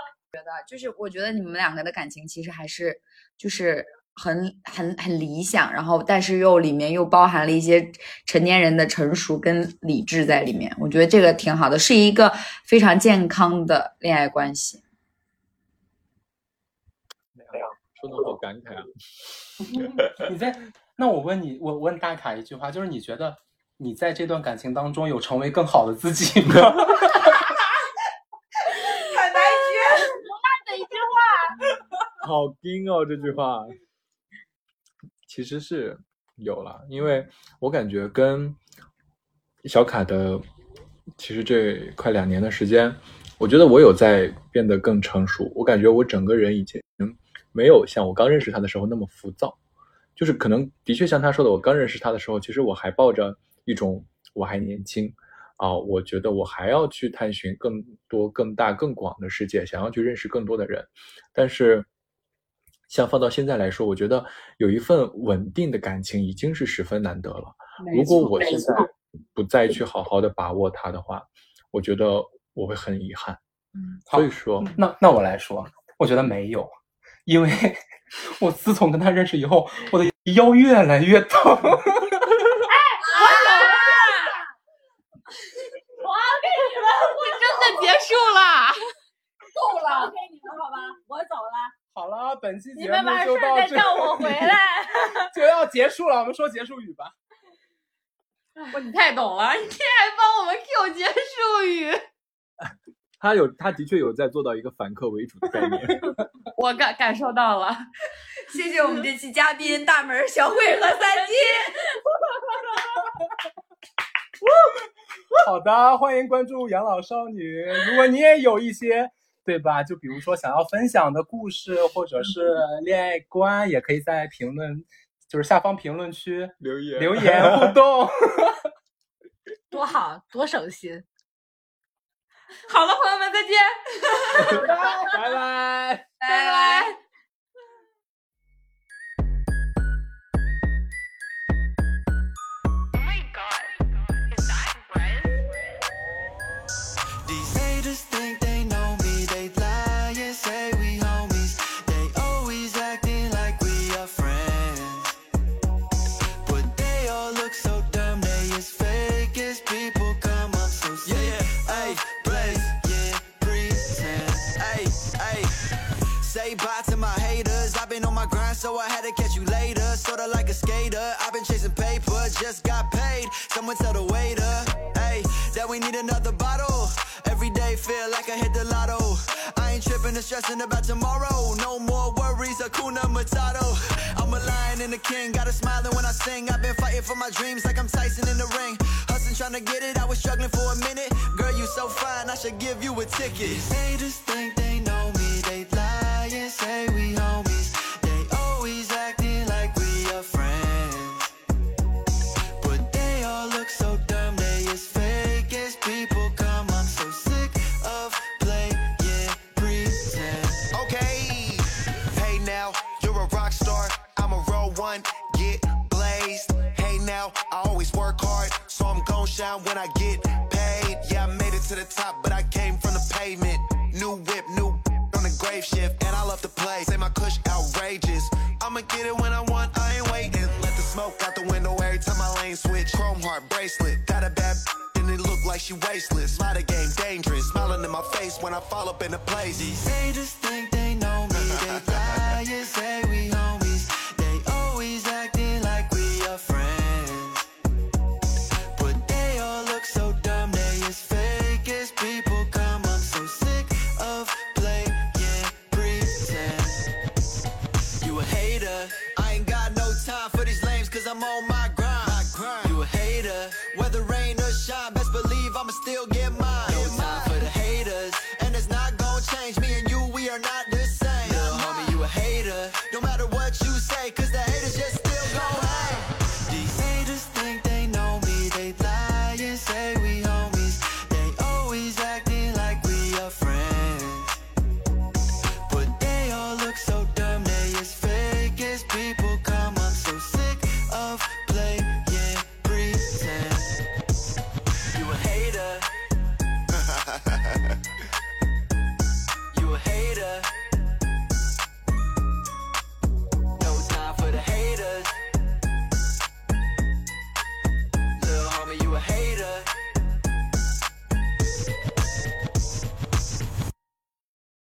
就是我觉得你们两个的感情其实还是就是很很很理想，然后但是又里面又包含了一些成年人的成熟跟理智在里面，我觉得这个挺好的，是一个非常健康的恋爱关系。说的好感慨啊！你在那我问你，我问大卡一句话，就是你觉得你在这段感情当中有成为更好的自己吗？ 好硬哦，这句话。其实是有了，因为我感觉跟小卡的，其实这快两年的时间，我觉得我有在变得更成熟。我感觉我整个人已经没有像我刚认识他的时候那么浮躁，就是可能的确像他说的，我刚认识他的时候，其实我还抱着一种我还年轻，啊、我觉得我还要去探寻更多、更大、更广的世界，想要去认识更多的人。但是，像放到现在来说，我觉得有一份稳定的感情已经是十分难得了。如果我现在不再去好好的把握它的话，我觉得我会很遗憾。嗯，所以说，那那我来说，我觉得没有，因为 我自从跟他认识以后，我的腰越来越疼。本期 你节们目完事就儿到再这叫我回里来。 就要结束了，我们说结束语吧。 哇，你太懂了， 你还帮我们 Q 结束语。他有，他的确有在做到一个反客为主的概念。我感感受到了，谢谢我们这期嘉宾大门、小慧和三金。好的，欢迎关注养老少女。如果你也有一些，对吧？就比如说想要分享的故事，或者是恋爱观，也可以在评论，就是下方评论区留言留言互动。多好，多省心。好了，朋友们，再见。拜拜。拜拜。 These haters think they know me, they lie and say we homies. They always acting like we are friends. But they all look so dumb, they as fake as people come up so sick. Yeah, ay, play, yeah, pretend. Ay, ay. Say bye to my haters. I've been on my grind, so I had to catch you later. Sorta like a skater. I've been chasing paper, just got paid. Someone tell the waiter, hey, that we need another bottle. Every day feel like I hit the lotto. I ain't tripping and stressing about tomorrow. No more worries, Akuna Matata. I'm a lion and a king, got a smiling when I sing. I've been fighting for my dreams like I'm Tyson in the ring. Hustling, trying to get it. I was struggling for a minute. Girl, you so fine, I should give you a ticket. These haters think they know me, they lie and say we homies. They always acting like we are friends. But they all look so dumb, they as fake as people come. I'm so sick of play, yeah, pretend. Okay, hey now, you're a rock star. I'm a roll one, get blazed. Hey now, I always work hard, so I'm gon' shine when I get paid. Yeah, I made it to the top, but I came from the pavement. New whip, new on the grave shift, and I love to play. Say my cush outrageous. I'ma get it when I want, I ain't waiting. Let the smoke out the window every time I lane switch. Chrome heart bracelet, got a bad and it look like she wasteless. Lot of game dangerous, smiling in my face when I fall up in the place. These haters think they know me, they lie and say we homies. They always acting like we are friends. But they all look so dumb, they as fake as people come. I'm so sick of play, yeah, pretend. You a hater. I ain't got no time for these lames, cause I'm on my grind. You a hater. Whether rain or shine, best believe I'ma still get mine.